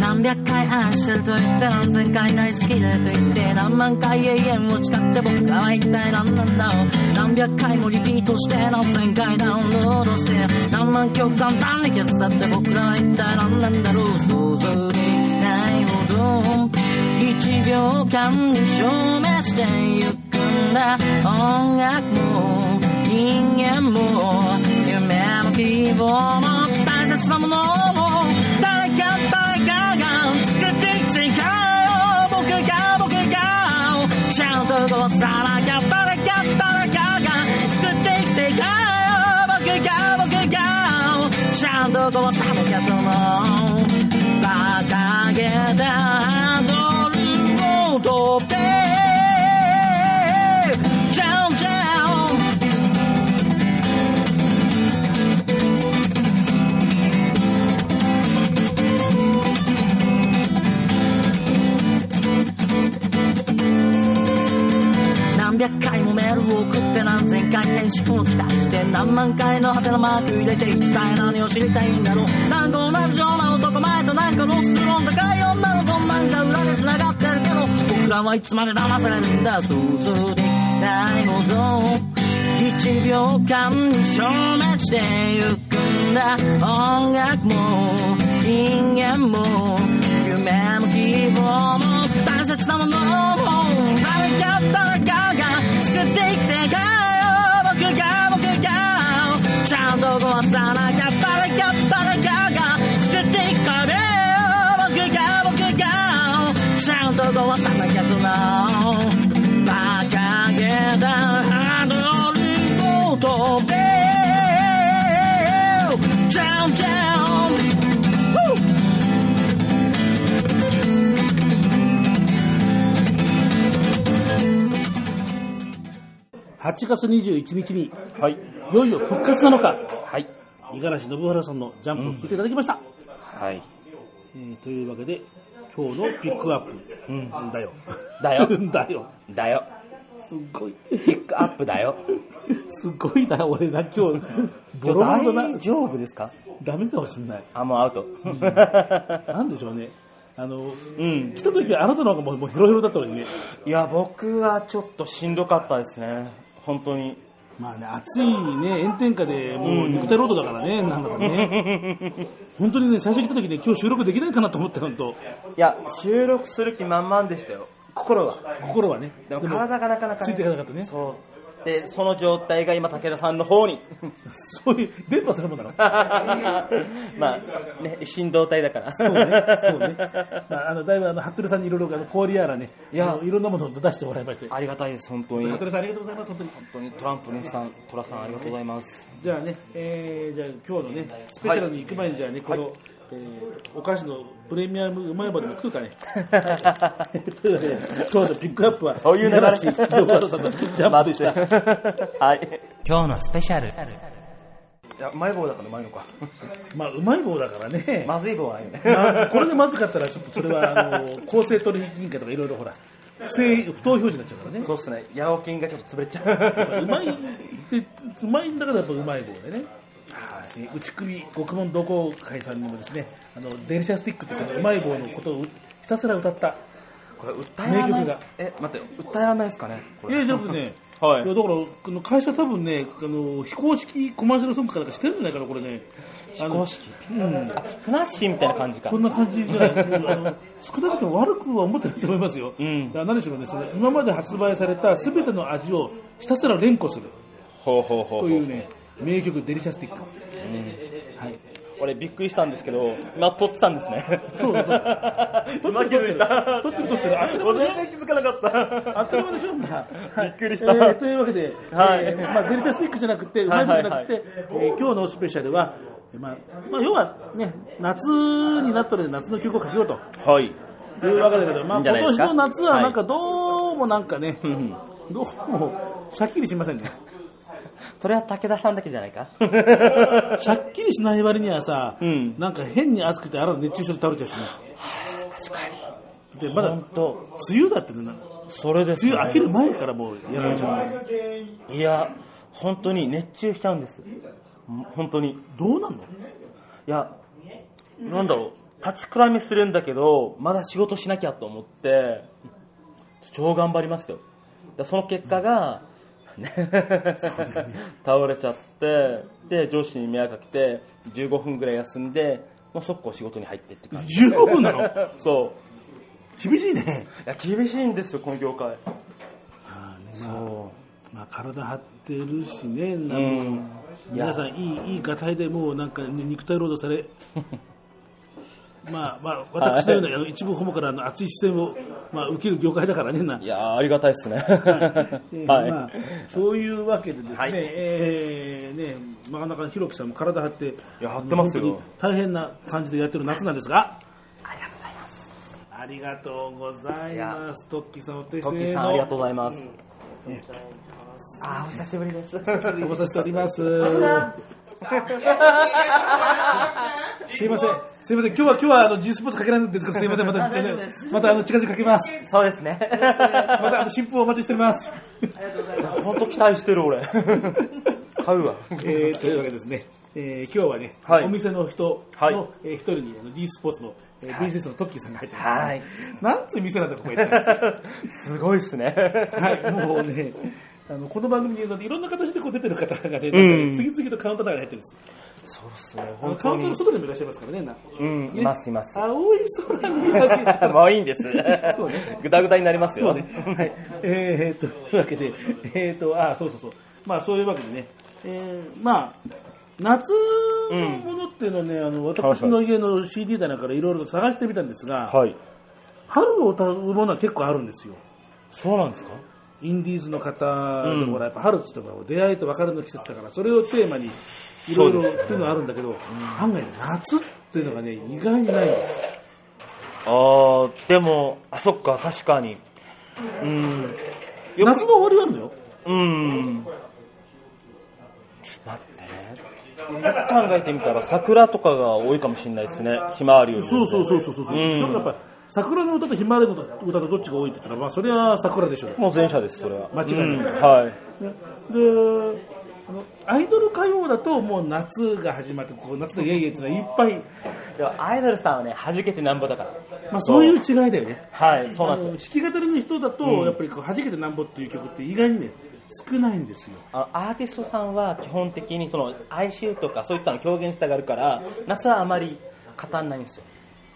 [SPEAKER 5] 何百回愛してると言って何千回大好きでと言って何万回永遠を誓って僕は一体何なんだろう何百回もリピートして何千回ダウンロードして何万曲簡単に消さって僕らは一体何なんだろう想像できないほど一秒間に証明してゆくんだ音楽も人間も夢も希望も大切なものも誰か誰かが作っていく世界を僕が僕がちゃんとどうさなきゃ誰か誰が僕がちゃんとこうさなきゃその馬鹿げたハンドルを取ってジャンジャン何百回もメールを送って何千回返信を期待して何万回の果てのマーク入れて一体何を知りたいんだろうなんか同じような男前となんかロスロン高い女の子なんか裏で繋がってるけど僕らはいつまで騙されるんだ想像できないほど一秒間消滅してゆくんだ音楽も人間も夢も希望も大切なものも誰か誰かが作っていく世界を僕が僕がちゃんと壊さなきゃ誰か誰かが作っていく壁を僕が僕がちゃんと壊さなきゃその馬鹿げたハードルを飛べ Down, down. Woo!
[SPEAKER 3] 8月21日に、
[SPEAKER 2] はい。
[SPEAKER 3] いよいよ復活なのか、
[SPEAKER 2] はい。
[SPEAKER 3] 五十嵐信原さんのジャンプを聞いていただきました。
[SPEAKER 2] はい。
[SPEAKER 3] えーというわけで、今日のピックアップ、
[SPEAKER 2] うん
[SPEAKER 3] だよ。
[SPEAKER 2] だよ。
[SPEAKER 3] だよ。
[SPEAKER 2] だよ。
[SPEAKER 3] すっごい。
[SPEAKER 2] ピックアップだよ。
[SPEAKER 3] すごいな、俺な、今日、ボ
[SPEAKER 2] 今
[SPEAKER 3] ロボロ
[SPEAKER 2] 日
[SPEAKER 3] だな
[SPEAKER 2] 大。丈夫ですか
[SPEAKER 3] ダメかもしんない。
[SPEAKER 2] あ、もうアウト。
[SPEAKER 3] なんでしょうね。あの、
[SPEAKER 2] うん。
[SPEAKER 3] 来た時はあなたの方がもうもうヘロヘロだったのにね。
[SPEAKER 2] いや、僕はちょっとしんどかったですね。本当に。
[SPEAKER 3] まあね、暑いね、炎天下で、もう肉体労働だからね、なんだかね。本当にね、最初来た時ね、今日収録できないかなと思った、本当。
[SPEAKER 2] いや、収録する気満々でしたよ。心は。
[SPEAKER 3] 心はね。
[SPEAKER 2] でも体がなかなか、
[SPEAKER 3] ついていかなかったね
[SPEAKER 2] そう。で、その状態が今、武田さんの方に。
[SPEAKER 3] そういう、電波するもんだ ろ。
[SPEAKER 2] まあ、ね、一心同体だから。
[SPEAKER 3] そうね、そうね。まあ、あの、だいぶ、あの、服部さんにいろいろ、あの、氷やらね、い
[SPEAKER 2] いや
[SPEAKER 3] や、いろんなものを出してもらいまし て。
[SPEAKER 2] ありがたいです、本当に。
[SPEAKER 3] 服
[SPEAKER 2] 本
[SPEAKER 3] 部さん、ありがとうございます、本当に。
[SPEAKER 2] 当にトランプリンさん、トラさん、ありがとうございます。
[SPEAKER 3] じゃあね、えー、じゃあ今日のね、スペシャルに行く前に、じゃあね、この、えーお菓子のプレミアムうまい棒でも食 うかね。というわけで今日のピックアップは、
[SPEAKER 2] そういう流れ
[SPEAKER 3] 五十嵐ジョーカさんのジャ ンプでした。
[SPEAKER 2] はい。
[SPEAKER 6] 今日のスペシャル
[SPEAKER 2] じゃあ、うまい棒だからうまい のか。
[SPEAKER 3] まあ、うまい棒だからね。
[SPEAKER 2] まずい棒はないよね。
[SPEAKER 3] まあこれでまずかったら、ちょっとそれは、あの、公正取引委員会とかいろいろほら、不正、不当表示になっちゃうからね。
[SPEAKER 2] そうっすね、ヤオキンがちょっと潰れちゃ
[SPEAKER 3] う
[SPEAKER 2] う。
[SPEAKER 3] まいって、うまいんだからやっぱうまい棒でね。はい、えー内首獄門同好会さんにもですね、あの、デリシャスティックというか、うまい棒のことをひたすら歌った。
[SPEAKER 2] これ、訴えられな
[SPEAKER 3] 名曲
[SPEAKER 2] い
[SPEAKER 3] が。
[SPEAKER 2] え、待って、訴えられないですかねこ
[SPEAKER 3] い
[SPEAKER 2] れ
[SPEAKER 3] や、じゃあ ね、
[SPEAKER 2] はい
[SPEAKER 3] いやだから、この会社多分ね、あの、非公式コマーシャルソングかなんかしてるんじゃないかな、これね。非
[SPEAKER 2] 公式
[SPEAKER 3] うん。
[SPEAKER 2] あ、ふなっしーみたいな感じか。
[SPEAKER 3] こんな感じじ ゃない、あの少なくとも悪くは思ってないと思いますよ。
[SPEAKER 2] うん
[SPEAKER 3] だから何しろね、その今まで発売されたすべての味をひたすら連呼する
[SPEAKER 2] ほうほうほうほ
[SPEAKER 3] というね、名曲デリシャスティック。はい。
[SPEAKER 2] 俺びっくりしたんですけど、今撮ってたんですね。
[SPEAKER 3] そうそうそう
[SPEAKER 2] 今気づいた。
[SPEAKER 3] 撮ってる撮ってるあ
[SPEAKER 2] 俺全然気づかなかった。
[SPEAKER 3] あっという間でしょ、まあはい
[SPEAKER 2] びっくりした
[SPEAKER 3] えーというわけで、
[SPEAKER 2] はい
[SPEAKER 3] えーまあ、デルタスティックじゃなくて、うま
[SPEAKER 2] はいい
[SPEAKER 3] もの
[SPEAKER 2] はい
[SPEAKER 3] じゃな
[SPEAKER 2] はい
[SPEAKER 3] くて、えー今日のスペシャルは、まあまあ、要は、ね、夏になったので夏の曲をかけようと。
[SPEAKER 2] はい。
[SPEAKER 3] いうわけだけど、ま
[SPEAKER 2] い
[SPEAKER 3] あ、
[SPEAKER 2] いんじゃな
[SPEAKER 3] 今
[SPEAKER 2] いで
[SPEAKER 3] 年
[SPEAKER 2] すか
[SPEAKER 3] の夏は
[SPEAKER 2] はい
[SPEAKER 3] なんかどうもなんかね、
[SPEAKER 2] ん
[SPEAKER 3] どうも、しゃっきりしませんね。
[SPEAKER 2] それは武田さんだけじゃないか
[SPEAKER 3] しゃっきりしない割にはさ、
[SPEAKER 2] うん
[SPEAKER 3] なんか変に暑くてあら熱中症で倒れちゃうしね。確かに。で、まだ、
[SPEAKER 2] 本当
[SPEAKER 3] 梅雨だってね、なんか
[SPEAKER 2] それです、
[SPEAKER 3] 梅
[SPEAKER 2] ね。
[SPEAKER 3] 雨明ける前からもうやられちゃう。
[SPEAKER 2] いや、本当に熱中しちゃうんです。ん本当に。い
[SPEAKER 3] どうなんの
[SPEAKER 2] や、なんだろう。立ちくらみするんだけど、まだ仕事しなきゃと思って、超頑張りましたよ。でその結果が、 ね倒れちゃって、で、上司に迷惑かけて、15分ぐらい休んで、もう速攻仕事に入ってって感じ。
[SPEAKER 3] ?15 分なの
[SPEAKER 2] そう。
[SPEAKER 3] 厳しいね。
[SPEAKER 2] いや厳しいんですよこの業界
[SPEAKER 3] まあね
[SPEAKER 2] そ
[SPEAKER 3] まあ、体張ってるしね、
[SPEAKER 2] う
[SPEAKER 3] なんか
[SPEAKER 2] ん
[SPEAKER 3] 皆さんいい、いいがたいでもうなんかね、肉体労働され、まあま あ、私のようなあの一部ホモからの熱い視線を、まあ、受ける業界だからねな。
[SPEAKER 2] いやー、ありがたいですね。
[SPEAKER 3] えー
[SPEAKER 2] はい。
[SPEAKER 3] まあ、そういうわけでですね、
[SPEAKER 2] はい
[SPEAKER 3] えーねなかなかひろきさんも体張って、
[SPEAKER 2] や張ってますよ
[SPEAKER 3] 本当に大変な感じでやってる夏なんですが、ありがとうございます。ありがとうございます。トッキーさん、お手
[SPEAKER 2] トッキ
[SPEAKER 3] 製
[SPEAKER 2] ーさん、ありがと
[SPEAKER 3] の
[SPEAKER 2] うございます。
[SPEAKER 3] ご無沙汰しており ます。すいません、すいません、今日は今日はあの G スポーツかけないんですけど、すいません、また、またあの近々かけます。
[SPEAKER 2] そうですね。
[SPEAKER 3] またあの新婦をお待ちしております。
[SPEAKER 2] 本当期待してる、俺。 買うわ。
[SPEAKER 3] えーというわけでですね、えー今日はね、
[SPEAKER 2] はい
[SPEAKER 3] お店の人の、
[SPEAKER 2] はい
[SPEAKER 3] えー一人にあの G スポーツの、えー、BCS のトッキーさんが入ってます、
[SPEAKER 2] はい。
[SPEAKER 3] なんつう店なんだここ行ったら
[SPEAKER 2] すごいっすね。
[SPEAKER 3] はい、もうね、あのこの番組で言うといろんな形でこう出てる方がね、
[SPEAKER 2] うん
[SPEAKER 3] 次々とカウンターが入ってるんです。
[SPEAKER 2] そうっすね、
[SPEAKER 3] あの
[SPEAKER 2] 本
[SPEAKER 3] カ
[SPEAKER 2] 当
[SPEAKER 3] ウンターの
[SPEAKER 2] に。
[SPEAKER 3] 外にもいらっしゃいますからね、なんか
[SPEAKER 2] うん、います、います。
[SPEAKER 3] 青い空にだけ
[SPEAKER 2] も ういいんです
[SPEAKER 3] そうね。
[SPEAKER 2] ぐだぐだになります
[SPEAKER 3] そう
[SPEAKER 2] よ
[SPEAKER 3] ね。。はい。えー、というわけで、えー、と、あ、そうそうそう。まあ、そういうわけでね、えー、まあ、夏のものっていうのはね、あの私の家の CD 棚からいろいろと探してみたんですが、
[SPEAKER 2] はい。
[SPEAKER 3] 春を歌うものは結構あるんですよ。
[SPEAKER 2] そうなんですか
[SPEAKER 3] インディーズの方
[SPEAKER 2] う
[SPEAKER 3] で
[SPEAKER 2] ん
[SPEAKER 3] ほら、やっぱ春って言ったら出会いと別れの季節だから、それをテーマにいろいろっていうのはあるんだけど、案外夏っていうのがね、意外にないんです。
[SPEAKER 2] あー、でも、あ、そっか、確かに。うん。よく
[SPEAKER 3] 夏の終わりがあるのよ。
[SPEAKER 2] うん。待ってね。よく考えてみたら、桜とかが多いかもしれないですね。ひまわりより
[SPEAKER 3] そ
[SPEAKER 2] も
[SPEAKER 3] う
[SPEAKER 2] ね。
[SPEAKER 3] そうそうそうそう。
[SPEAKER 2] うん
[SPEAKER 3] しかもやっぱ、桜の歌とひまわりの歌とどっちが多いって言ったら、まあ、それは桜でしょう。
[SPEAKER 2] もう前者です、それは。
[SPEAKER 3] 間違いない
[SPEAKER 2] うんはい。
[SPEAKER 3] ねで、あのアイドル歌謡だともう夏が始まって、こう夏のイエイイエイってのはいっぱい、
[SPEAKER 2] でもアイドルさんはね、弾けてなんぼだから。
[SPEAKER 3] まあそういう違いだよね。
[SPEAKER 2] はい、そうな
[SPEAKER 3] あ
[SPEAKER 2] ん
[SPEAKER 3] の
[SPEAKER 2] ですよ。
[SPEAKER 3] 弾き語りの人だと、やっぱりこう、弾けてなんぼっていう曲って意外にね、少ないんですよ。
[SPEAKER 2] あのアーティストさんは基本的にその哀愁とかそういったのを表現したがるから夏はあまり語らないんですよ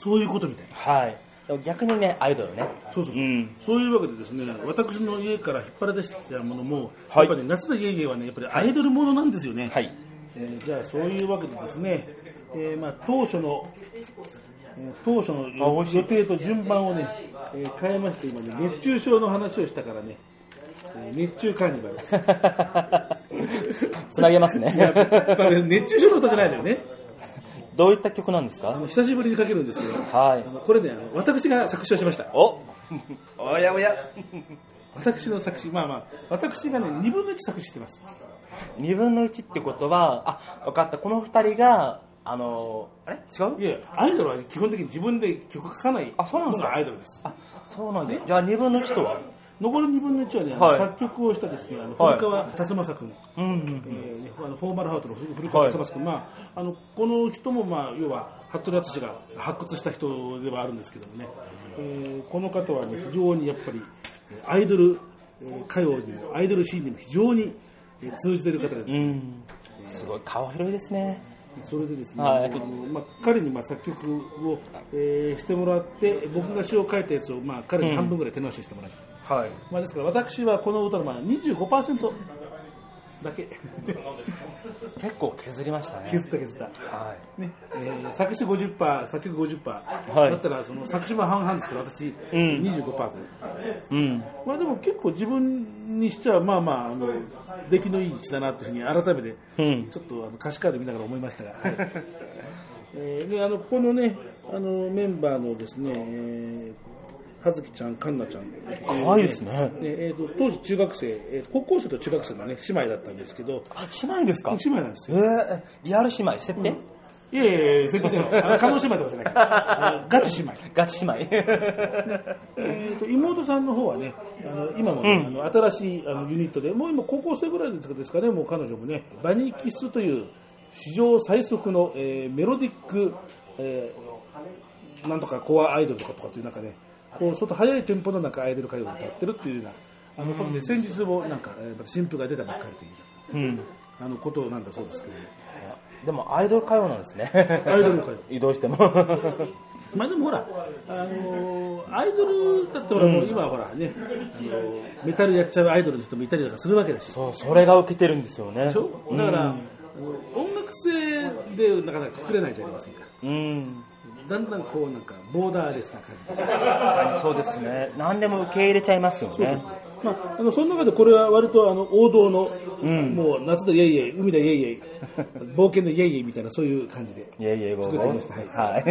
[SPEAKER 3] そういうことみたいな。
[SPEAKER 2] はいでも逆にねアイドルね
[SPEAKER 3] そうそうそう。
[SPEAKER 2] ん
[SPEAKER 3] そういうわけでですね、私の家から引っ張り出してきたものも、
[SPEAKER 2] はい
[SPEAKER 3] やっぱり夏のイエイイエイはね、やっぱりアイドルものなんですよ ね。
[SPEAKER 2] はい
[SPEAKER 3] えーじゃあそういうわけでですね、えーまあ、当初の、えー当初の予予定と順番をね、えー変えまして今ね熱中症の話をしたからね、えー熱中カーニバル
[SPEAKER 2] つなげます
[SPEAKER 3] いや
[SPEAKER 2] ね
[SPEAKER 3] これ熱中症の歌じゃないだよね
[SPEAKER 2] どういった曲なんです
[SPEAKER 3] あ
[SPEAKER 2] か
[SPEAKER 3] の久しぶりにかけるんですけど、
[SPEAKER 2] はい
[SPEAKER 3] あのこれねあの私が作詞をしました
[SPEAKER 2] おおやおや
[SPEAKER 3] 私の作詞まあまあ私がね2分の1作詞してます
[SPEAKER 2] 2分の1ってことはあ分かったこの2人があのあれ違う
[SPEAKER 3] いやアイドルは基本的に自分で曲書かない
[SPEAKER 2] あそうなんですか
[SPEAKER 3] のがアイドルです
[SPEAKER 2] あそうなんだじゃあ2分の1とは
[SPEAKER 3] 残り2分の1はね、あの
[SPEAKER 2] はい
[SPEAKER 3] 作曲をしたですねあの
[SPEAKER 2] はい
[SPEAKER 3] 古川達正君、
[SPEAKER 2] うんうん
[SPEAKER 3] えーねあのフォーマルハートの古川勝正君、まあ、あのこの人も、まあ、要は服部淳が発掘した人ではあるんですけどもね、えーこの方は、ね、非常にやっぱりえーアイドルえー歌謡にもアイドルシーンにも非常にえー通じている方で
[SPEAKER 2] う
[SPEAKER 3] す、
[SPEAKER 2] んすごい顔広いですね
[SPEAKER 3] それでですね、
[SPEAKER 2] はい
[SPEAKER 3] あのまあ、彼にまあ作曲を、えーしてもらって僕が詩を書いたやつを、まあ、彼に半分ぐらい手直ししてもらって。
[SPEAKER 2] はい
[SPEAKER 3] まあ、ですから私はこの歌のまあ25%だ け
[SPEAKER 2] 結構削りましたね
[SPEAKER 3] 削った削った、
[SPEAKER 2] はい
[SPEAKER 3] ねえー作詞50%作曲50%、
[SPEAKER 2] い
[SPEAKER 3] だったらその作詞も半々ですけど私、
[SPEAKER 2] ん
[SPEAKER 3] 25%で、
[SPEAKER 2] うん
[SPEAKER 3] まあ、でも結構自分にしちゃまあまああの出来のいい詩だなというふうに改めて
[SPEAKER 2] うん
[SPEAKER 3] ちょっとあの歌詞カード見ながら思い ましたが、はいえーであのここのねあのメンバーのですね、えー、葉月ちゃん、かんなちゃん、
[SPEAKER 2] 可愛いですね
[SPEAKER 3] ねえー、と当時中学生、えー高校生と中学生の、ね、姉妹だったんですけど、
[SPEAKER 2] あ、姉妹ですか
[SPEAKER 3] 姉妹なんです
[SPEAKER 2] え
[SPEAKER 3] よ。
[SPEAKER 2] ー、リアル姉妹、設定、
[SPEAKER 3] いやいやいや、先生、あの加納姉妹とかじゃないから、あのガチ姉妹。
[SPEAKER 2] ガチ姉 妹。
[SPEAKER 3] えー、と妹さんの方はね、あの今もね、
[SPEAKER 2] うん
[SPEAKER 3] あの新しいあのユニットで、もう今、高校生ぐらいですかね、もう彼女もね、バニーキスという史上最速の、えーメロディック、えーなんとかコアアイドルとかとかっていう中で、こう、ちょっと速いテンポの中、アイドル歌謡を歌ってるっていうような、あの、ね、先日もなんか、えーまた新譜が出たばっかりと
[SPEAKER 2] う
[SPEAKER 3] いう。
[SPEAKER 2] ん。
[SPEAKER 3] あのことなんだそうですけど、
[SPEAKER 2] でも、アイドル歌謡なんですね。
[SPEAKER 3] アイドル歌謡
[SPEAKER 2] 移動しても。
[SPEAKER 3] まあでもほら、あのーアイドルだってほら、もう今はほらね、あのーメタルやっちゃうアイドルの人もいたりとかするわけだし、でし
[SPEAKER 2] そう、それが受けてるんですよね。
[SPEAKER 3] ょ
[SPEAKER 2] うん
[SPEAKER 3] だから、あの音楽性でなかなかくくれないじゃありませんか。
[SPEAKER 2] うん。
[SPEAKER 3] だだんだんこうなんかボーダーレスな感じで
[SPEAKER 2] そうですね。何でも受け入れちゃいますよね。
[SPEAKER 3] まあ、あのその中でこれは割とあの王道の、
[SPEAKER 2] ん
[SPEAKER 3] もう夏だイエイエイ海だイエイエイ 冒険のイエイエイみたいなそういう感 じで
[SPEAKER 2] いえいえ、ご
[SPEAKER 3] 作ってみました
[SPEAKER 2] はい。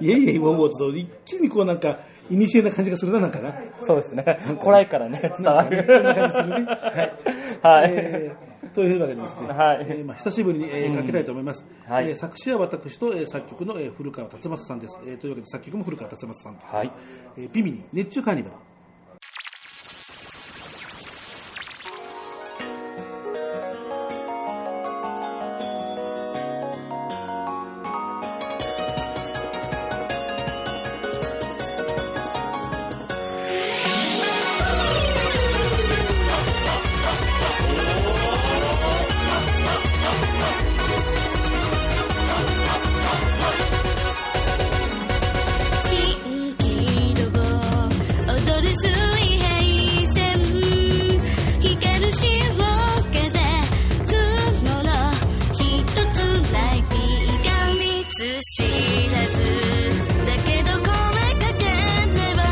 [SPEAKER 3] イエイエイウォンウォーズと一気にこうなんか古な感じがするななんかな
[SPEAKER 2] そうですね。古来からね、 伝わる。は
[SPEAKER 3] え
[SPEAKER 2] い。
[SPEAKER 3] ーというわけでですね、
[SPEAKER 2] はい
[SPEAKER 3] えーまあ、久しぶりに、えーかけたいと思います、
[SPEAKER 2] はい
[SPEAKER 3] えー作詞は私と、えー作曲の、えー古川達正さんです、えーというわけで作曲も古川達正さんと、
[SPEAKER 2] はい。
[SPEAKER 3] えーピミニ熱中カーニバル
[SPEAKER 7] 新規度を踊る水平線光る潮風雲の一つないピが見つ知らずだけど声かけねば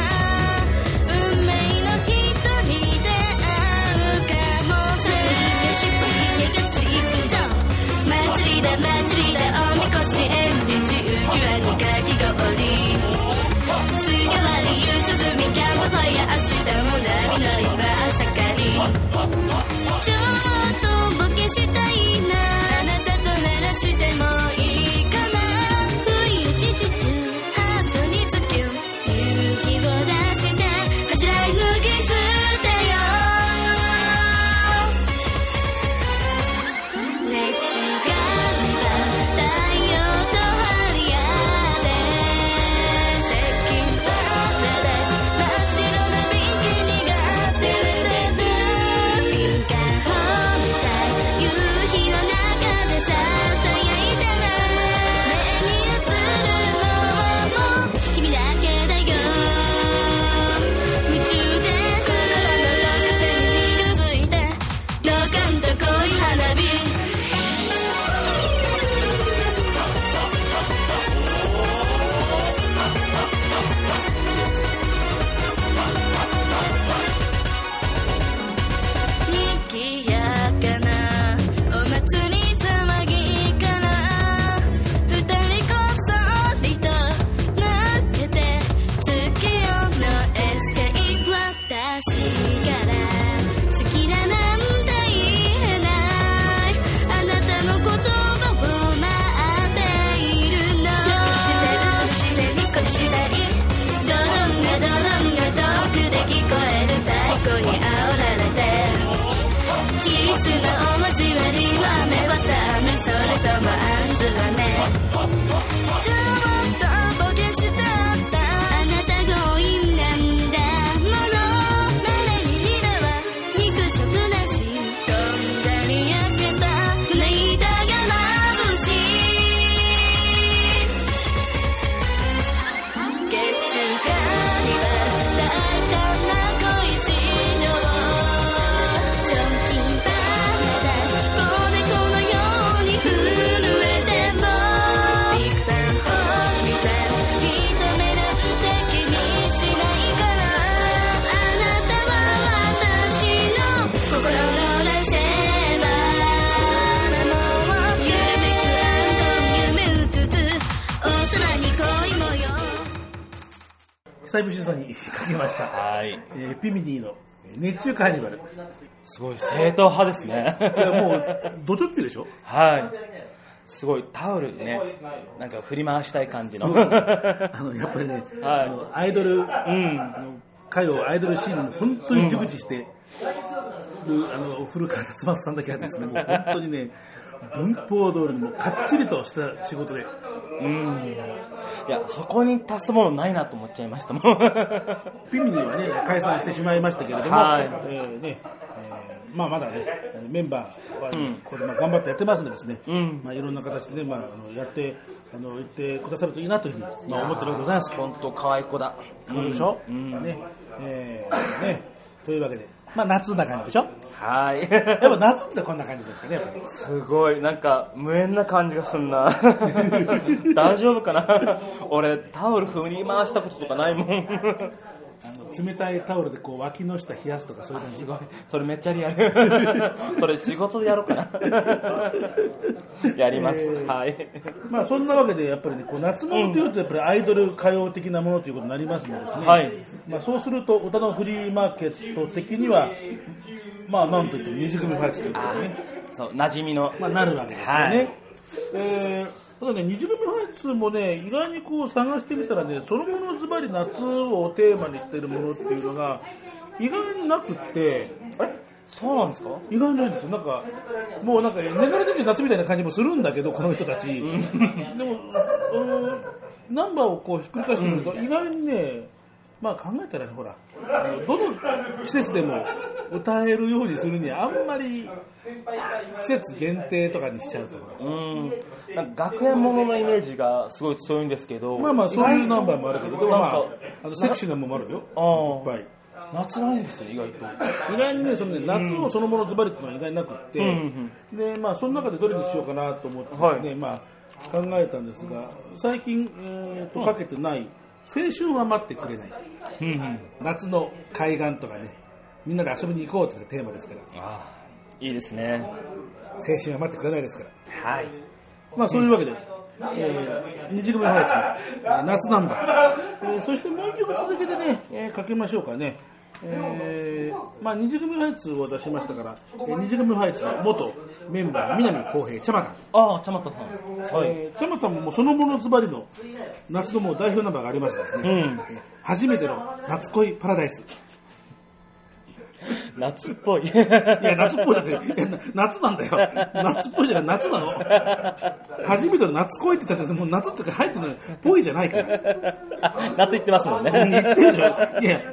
[SPEAKER 7] 運命の人に出会うかもしれないがついくぞ祭りだ祭りだおみこし縁日浮き輪にかき氷すがわり夕涼みキャンプファイヤー明日も波乗りは朝かりちょっとボケしたいなあなたとならしてもいいかな冬日中ハートに突き勇気を出して柱い脱ぎ捨てよ熱が太陽と張り合って接近パーツで真っ白なピンキにが照れてる敏感本体夕日の中でささやいたら目に映るのはもう君だけだよ夢中です風にがついてドカンと恋花火にぎやかなお祭り騒ぎから二人こそりと抜けて月夜のエスケイ私から好きだなんて言えないあなたの言葉を待っているのよししてるししてニコしたいドドンがドドンが遠くで聞こえる太鼓に煽られてキスのお交わりは雨はた雨それともあんずはねちょっとボケしちゃったあなた強引なんだもの誰に見るわ肉食だし飛んだり焼けた胸板が眩しい月中狩りは大胆な恋しの賞金バーだ子猫のように震えてもビッグバンホールバン認めなくて気にしないからあなたは私の心のライフセーバー守って夢うつつお空に恋模様
[SPEAKER 3] 久々さんにかけました、
[SPEAKER 2] はい。
[SPEAKER 3] えーピミニのえー熱中カーニバルい
[SPEAKER 2] すごい、正統派ですね。
[SPEAKER 3] やもうド直球でしょ
[SPEAKER 2] はい。すごい、タオルね、なんか振り回したい感じの。
[SPEAKER 3] あのやっぱりね、
[SPEAKER 2] はい
[SPEAKER 3] あのアイドル、あの歌謡アイドルシーンに本当に熟知して、るあの古川達正さんだけはですね、もう本当にね、文法通りにもうかっちりとした仕事で、
[SPEAKER 2] いや、そこに足すものないなと思っちゃいました もん。
[SPEAKER 3] ピミニはね、解散してしまいましたけれども、
[SPEAKER 2] はい
[SPEAKER 3] えーねえーまあまだね、メンバーは、これまあ頑張ってやってますんでですね、まあいろんな形でね、まああのやって、あの言ってくださるといいなというふうにまあ思ってるわけでございます。
[SPEAKER 2] ほんと、可愛い子だ。
[SPEAKER 3] そうでしょ、ねえーねというわけで、まあ、夏な感じでしょ、
[SPEAKER 2] はい。
[SPEAKER 3] やっぱ夏ってこんな感じですかね、やっぱり。
[SPEAKER 2] すごい、なんか、無縁な感じがすんな。 大丈夫かな俺、タオル振り回したこととかないもん。
[SPEAKER 3] あの冷たいタオルでこう脇の下冷やすとかそういうのすごい。
[SPEAKER 2] それめっちゃリア ル。それ仕事でやろうかな。やります。
[SPEAKER 3] えー
[SPEAKER 2] はい。
[SPEAKER 3] まあそんなわけでやっぱりね、こう夏物というとやっぱりアイドル歌謡的なものということになりますのでですね。
[SPEAKER 2] はい
[SPEAKER 3] まあそうすると歌のフリーマーケット的には、まあなんといってもミュージックビファイチということでね。
[SPEAKER 2] そう、馴染みの。
[SPEAKER 3] まあなるわけですよね。
[SPEAKER 2] はい
[SPEAKER 3] えーただね、二次組ファイツもね、意外にこう探してみたらね、そのものズバリ夏をテーマにしているものっていうのが、意外になくって、
[SPEAKER 2] えそうなんですか
[SPEAKER 3] 意外なんですよ、なんか、もうなんか、流れ出て夏みたいな感じもするんだけど、この人 たち、でも、あのナンバーをこうひっくり返してみると、意外にね、まあ考えたらね、ほら、あのどの季節でも歌えるようにするには、あんまり季節限定とかにしちゃうとか、
[SPEAKER 2] うん。なんか学園もののイメージがすごい強いんですけど。
[SPEAKER 3] まあまあ、そういうナンバーもあるけど、でもまあ
[SPEAKER 2] なんか、
[SPEAKER 3] あのセクシーなものもあるよ、いっ
[SPEAKER 2] あ
[SPEAKER 3] ぱい。
[SPEAKER 2] あ。夏ないんですよ、意外と。
[SPEAKER 3] 意外にね、そのね夏をそのものズバリっていうのは意外になくって、
[SPEAKER 2] ん
[SPEAKER 3] で、まあ、その中でどれにしようかなと思ってですね、
[SPEAKER 2] はい
[SPEAKER 3] まあ、考えたんですが、最近、えーとかけてない、青春は待ってくれない。
[SPEAKER 2] うんうん。
[SPEAKER 3] 夏の海岸とかね、みんなで遊びに行こうというテーマですから、
[SPEAKER 2] ああ。いいですね。
[SPEAKER 3] 青春は待ってくれないですから。
[SPEAKER 2] はい。
[SPEAKER 3] まあ、そういうわけで、えー、二次組のやつ、ね、夏なんだ。えーそしてもう一曲続けてね、えーかけましょうかね。えーまあ、二次組ファイツを出しましたから、えー、二次組ファイツの元メンバー、南浩平、チャマタン。
[SPEAKER 2] ああ、ちゃまたさん。はい。
[SPEAKER 3] えーチャマタンももうそのものズバリの夏のもう代表ナンバーがありますですね、
[SPEAKER 2] うん
[SPEAKER 3] えー初めての夏恋パラダイス。
[SPEAKER 2] 夏っぽい。い
[SPEAKER 3] いや、夏っぽいだって、いやな夏なんだよ。夏っぽいじゃない、夏なの。初めての夏恋って言ったら、もう夏って入ってない、ぽいじゃないから。
[SPEAKER 2] 夏行ってますもんね。
[SPEAKER 3] うん言ってるでしょいや、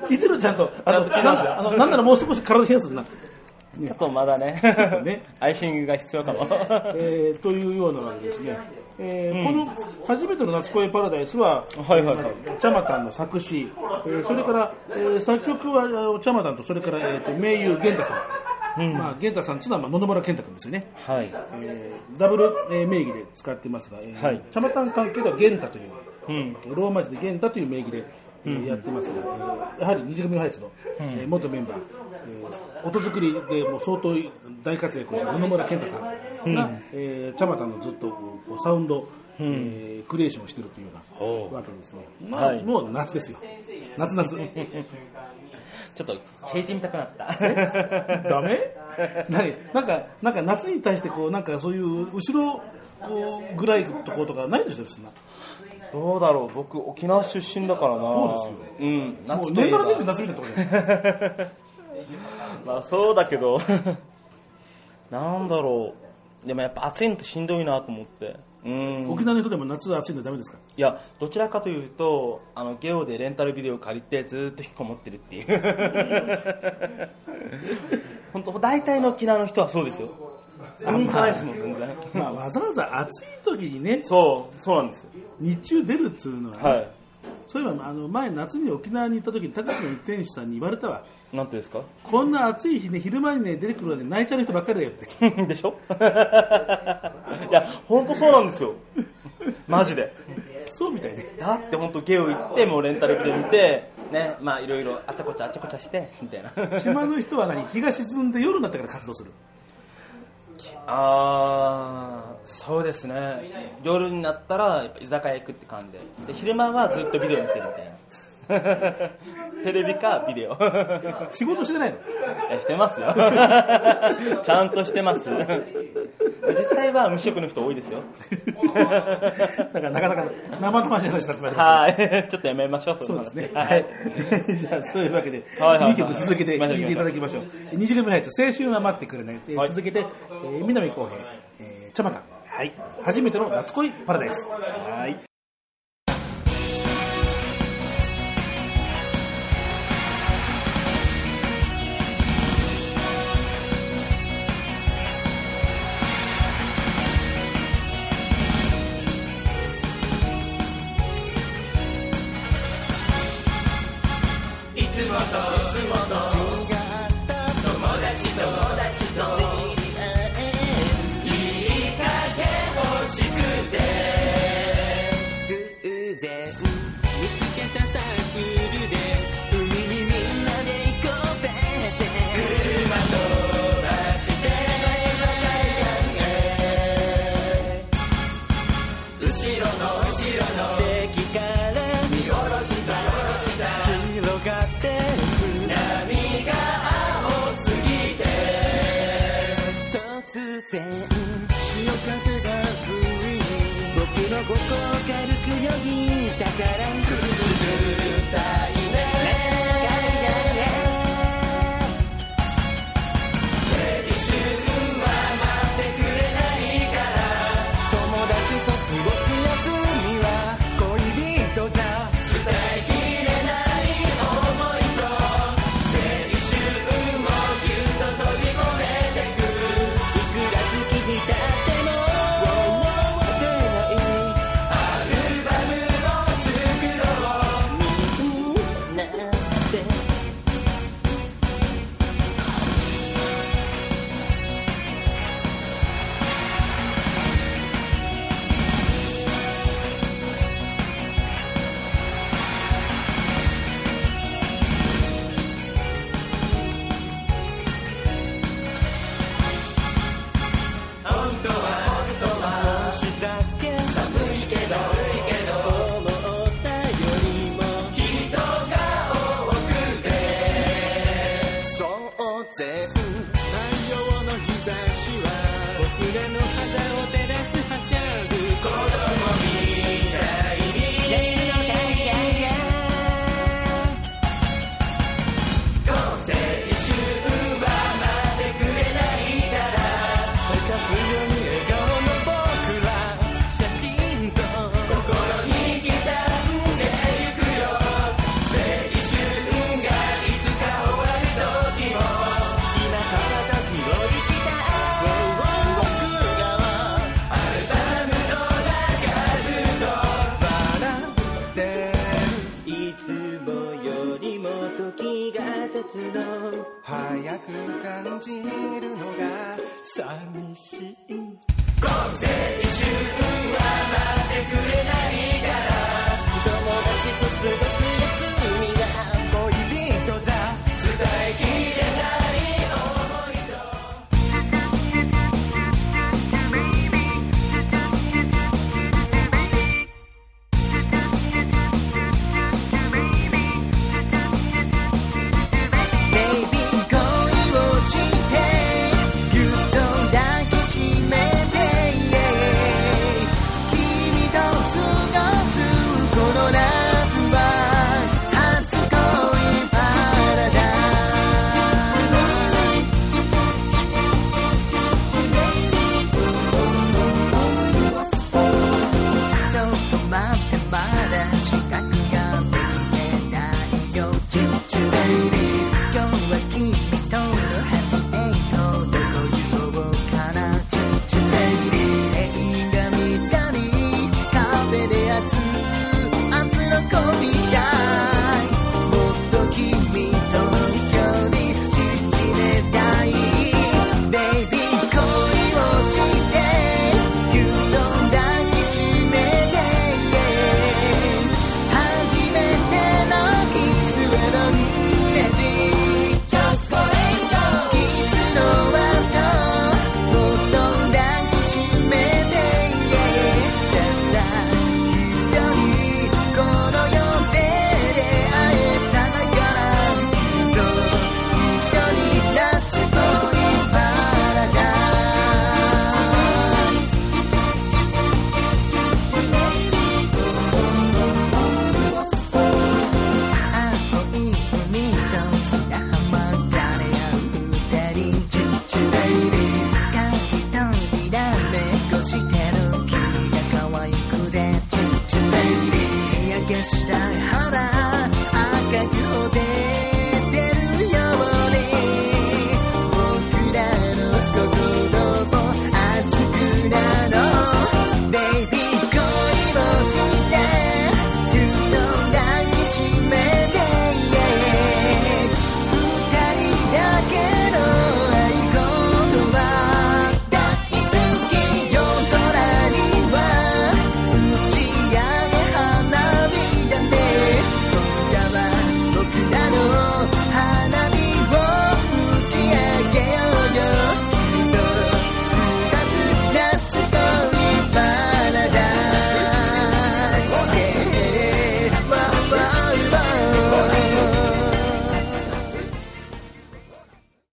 [SPEAKER 3] 聞いてるちゃんと。あの、なんあのなんならもう少し体冷やすんな。
[SPEAKER 2] ちょっとまだね
[SPEAKER 3] とね。
[SPEAKER 2] アイシングが必要か も。
[SPEAKER 3] えーというようなわけですね。えーこの初めての夏恋パラダイスは、
[SPEAKER 2] はいはいはい
[SPEAKER 3] えーチャマタンの作詞、えーそれから、えー作曲はえーチャマタンと、それから、えーと名優玄太さん。まあ、玄太さんっていうのは、まあ、野々村健太君ですよね。
[SPEAKER 2] はい。
[SPEAKER 3] えーダブル、えー名義で使ってますが、えー
[SPEAKER 2] はい
[SPEAKER 3] チャマタン関係では玄太という、
[SPEAKER 2] うん。
[SPEAKER 3] ローマ字で源太という名義で、えーやってますが、えーやはり二次組のハイツの、えー元メンバー、えー音作りでもう相当大活躍をした野々村健太さんが、えー、チャマタのずっとこうサウンド、えークリエーションをしてるというようなわけですね。まあ
[SPEAKER 2] はい
[SPEAKER 3] もう夏ですよ。夏夏。
[SPEAKER 2] ちょっと聞いてみたくなった。
[SPEAKER 3] ダメ何なんか、なんか夏に対してこう、なんかそういう後ろこうぐらいのところとかないでしょ、そんな。
[SPEAKER 2] どうだろう僕、沖縄出身だからな。
[SPEAKER 3] そう
[SPEAKER 2] ですよ。うん。
[SPEAKER 3] もう
[SPEAKER 2] 夏とい
[SPEAKER 3] 年
[SPEAKER 2] え
[SPEAKER 3] が
[SPEAKER 2] ば
[SPEAKER 3] ら年中夏みたいなところじゃな い
[SPEAKER 2] まあそうだけど、 なんだろう。でもやっぱ暑いのってしんどいなと思って。うん。
[SPEAKER 3] 沖縄の人でも夏は暑いんでダメですか
[SPEAKER 2] いや、どちらかというと、あの、ゲオでレンタルビデオを借りてずーっと引きこもってるって いう。本当大体の沖縄の人はそうですよ。海行かないですもん、全然。
[SPEAKER 3] まあ、わざわざ暑い時にね、
[SPEAKER 2] そう、そうなんですよ。
[SPEAKER 3] 日中出るっつうのはね、
[SPEAKER 2] は
[SPEAKER 3] そういえばあの前、夏に沖縄に行った時に、高橋の店主さんに言われたわ、
[SPEAKER 2] い。なんていうんですか
[SPEAKER 3] こんな暑い日ね、昼間にね、出てくるのはね、泣いちゃう人ばっかりだよって。
[SPEAKER 2] でしょ いや、ほんとそうなんですよ。マジで。
[SPEAKER 3] そうみたいね。
[SPEAKER 2] だってほんとゲオ行って、もうレンタルビデオ見て、ね、まあいろいろあちゃこちゃあちゃこちゃして、みたいな。
[SPEAKER 3] 島の人は何日が沈んで夜になってから活動する。
[SPEAKER 2] あー、そうですね。夜になったら、やっぱ居酒屋行くって感じで。で、昼間はずっとビデオ見てるみたいな。テレビかビデオ。い
[SPEAKER 3] 仕事してな いの
[SPEAKER 2] やしてますよ。ちゃんとしてます。実際は無職の人多いですよ。
[SPEAKER 3] だからなかなか生々しい話になってまいりました。
[SPEAKER 2] はい。ちょっとやめましょう、
[SPEAKER 3] そうですね。
[SPEAKER 2] は
[SPEAKER 3] はい
[SPEAKER 2] い。。
[SPEAKER 3] じゃあ、そういう わけで、
[SPEAKER 2] はいはい
[SPEAKER 3] 2曲続けて聴いていただきましょう。20年目のやつ、青春は待ってくれない。えー
[SPEAKER 2] はい
[SPEAKER 3] 続けて、えー南浩平、えー、ちゃまか。はい。初めての夏恋パラダイス。はい。
[SPEAKER 4] 「友達と席から見下ろした広がってる波が青すぎて突然潮風が吹い僕のここを軽くよぎったからくすぐったいね友達と過ごす休みは恋人じゃ伝えきれない思いと青春もぎゅっと閉じ込めてくいくら好きにたっても忘れないある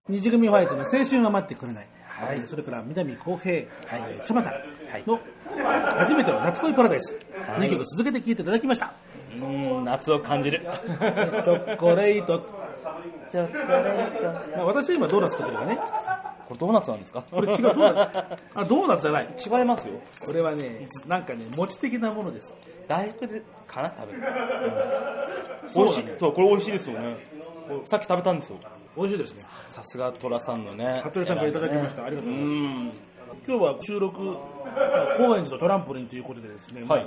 [SPEAKER 3] 二次組ファイトの青春は待ってくれない。はい。それから、南光平、はい。ちょばたの、初めての夏恋パラダイス。2曲続けて聴いていただきました。
[SPEAKER 2] うーん、夏を感じる。
[SPEAKER 3] チョコレート。
[SPEAKER 2] チョコレート。
[SPEAKER 3] まあ私は今ドーナツ作ってるからね。
[SPEAKER 2] これドーナツなんですか
[SPEAKER 3] これ 違う、ドーナツ。あ、ドーナツじゃない。
[SPEAKER 2] 違いますよ。
[SPEAKER 3] これはね、なんかね、餅的なものです。
[SPEAKER 2] 大福で、かな食べる。美
[SPEAKER 3] そう
[SPEAKER 2] 味
[SPEAKER 3] だ
[SPEAKER 2] しい
[SPEAKER 3] ね。
[SPEAKER 2] そう、これ美味しいですよね。さっき食べたんですよ。
[SPEAKER 3] 美味しいですね。
[SPEAKER 2] さすがトラさんのね。
[SPEAKER 3] 服部さんからいただきました。ありがとう
[SPEAKER 2] う
[SPEAKER 3] ございます。
[SPEAKER 2] ん。
[SPEAKER 3] 今日は収録、高円寺とトランポリンということでですね、まあ
[SPEAKER 2] はい
[SPEAKER 3] あ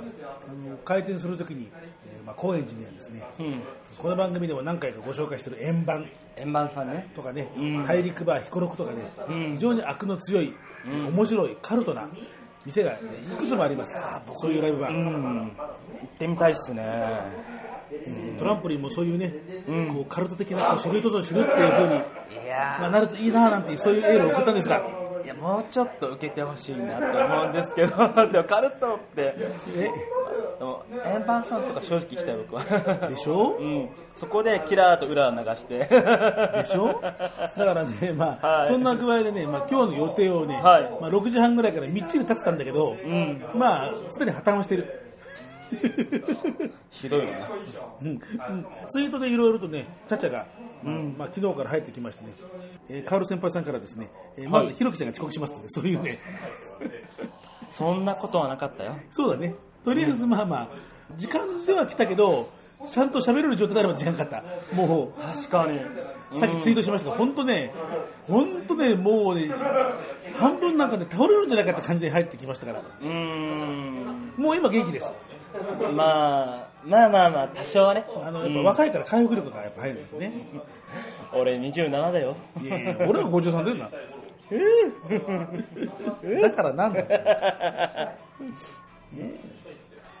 [SPEAKER 3] の開店するときに、えーまあ、高円寺にはですね、
[SPEAKER 2] うん。
[SPEAKER 3] この番組でも何回かご紹介してる円盤
[SPEAKER 2] 円盤さんね。
[SPEAKER 3] とかね、
[SPEAKER 2] うん
[SPEAKER 3] 大陸バー彦六とかね、
[SPEAKER 2] うん
[SPEAKER 3] 非常に悪の強い、面白い、カルトな店がねいくつもあります。そういうライブバ
[SPEAKER 2] う
[SPEAKER 3] ー、
[SPEAKER 2] ん。行ってみたいっすね。
[SPEAKER 3] トランポリンもそういうね、
[SPEAKER 2] うん
[SPEAKER 3] こうカルト的なこう知る人ぞ知るっていうふうに、
[SPEAKER 2] いや
[SPEAKER 3] まあ、なるといいななんていうそういうエールを送ったんですが、
[SPEAKER 2] ー。いや、もうちょっと受けてほしいなって思うんですけ ど、でもカルトって、
[SPEAKER 3] え
[SPEAKER 2] でも、円盤さんとか正直行きたい僕は。
[SPEAKER 3] でしょ
[SPEAKER 2] うん。そこでキラーと裏を流して。
[SPEAKER 3] でしょだからね、まあ、
[SPEAKER 2] はい
[SPEAKER 3] そんな具合でね、まあ、今日の予定をね、
[SPEAKER 2] はい
[SPEAKER 3] まあ、6時半ぐらいからみっちり立ってたんだけど、
[SPEAKER 2] ん
[SPEAKER 3] まあ、すでに破綻をしてる。
[SPEAKER 2] ひどいよね。
[SPEAKER 3] うんツイートでいろいろとね、ちゃちゃが、まあまあ、昨日から入ってきましてね、えー、カール先輩さんからですね、えーまず
[SPEAKER 2] はい
[SPEAKER 3] ひろきちゃんが遅刻しますって、そういうね、
[SPEAKER 2] そんなことはなかったよ。
[SPEAKER 3] そうだね、とりあえずまあまあ、時間では来たけど、ちゃんと喋れる状態であれば時間かかった。も
[SPEAKER 2] 確かに。
[SPEAKER 3] う、さっきツイートしましたけど、本当ね、本当ね、もうね、半分なんかね、倒れるんじゃないかって感じで入ってきましたから、
[SPEAKER 2] うーん。
[SPEAKER 3] もう今元気です。
[SPEAKER 2] まあ、まあまあまあ、多少はね。
[SPEAKER 3] あの、やっぱ若いから回復力がやっぱ入るんですね。
[SPEAKER 2] 俺27だよ。
[SPEAKER 3] いやいや、俺は53だよな。 だからなん だよ。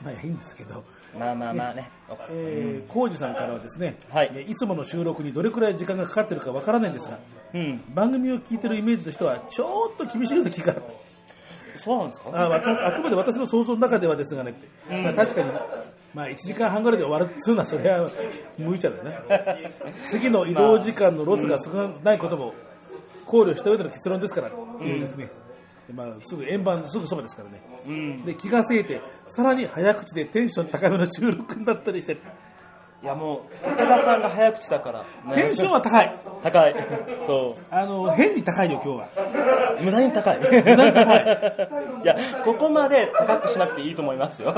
[SPEAKER 3] まあいいんですけど、
[SPEAKER 2] まあまあまあね。
[SPEAKER 3] えー、浩二さんからはですね、
[SPEAKER 2] はい
[SPEAKER 3] えーいつもの収録にどれくらい時間がかかってるかわからないんですが、
[SPEAKER 2] うん。
[SPEAKER 3] 番組を聞いてるイメージとしては、ちょっと厳しいような気が
[SPEAKER 2] そうなんですか
[SPEAKER 3] あわたあくまで私の想像の中ではですがねって、まあ、確かに、まあ、1時間半ぐらいで終わるっつうのは、それは無理ちゃうよね。次の移動時間のロスが少ないことも考慮した上での結論ですからっていうですね、でまあ、すぐ円盤のすぐそばですからね。
[SPEAKER 2] うん。
[SPEAKER 3] で気がせいて、さらに早口でテンション高めの収録になったりして、
[SPEAKER 2] いやもう、武田さんが早口だから、ね
[SPEAKER 3] テンションは高い。
[SPEAKER 2] 高い。そ
[SPEAKER 3] あの、変に高いよ、今日は。
[SPEAKER 2] う。無駄に高い。無
[SPEAKER 3] 駄に 高
[SPEAKER 2] い。いや、ここまで高くしなくていいと思いますよ。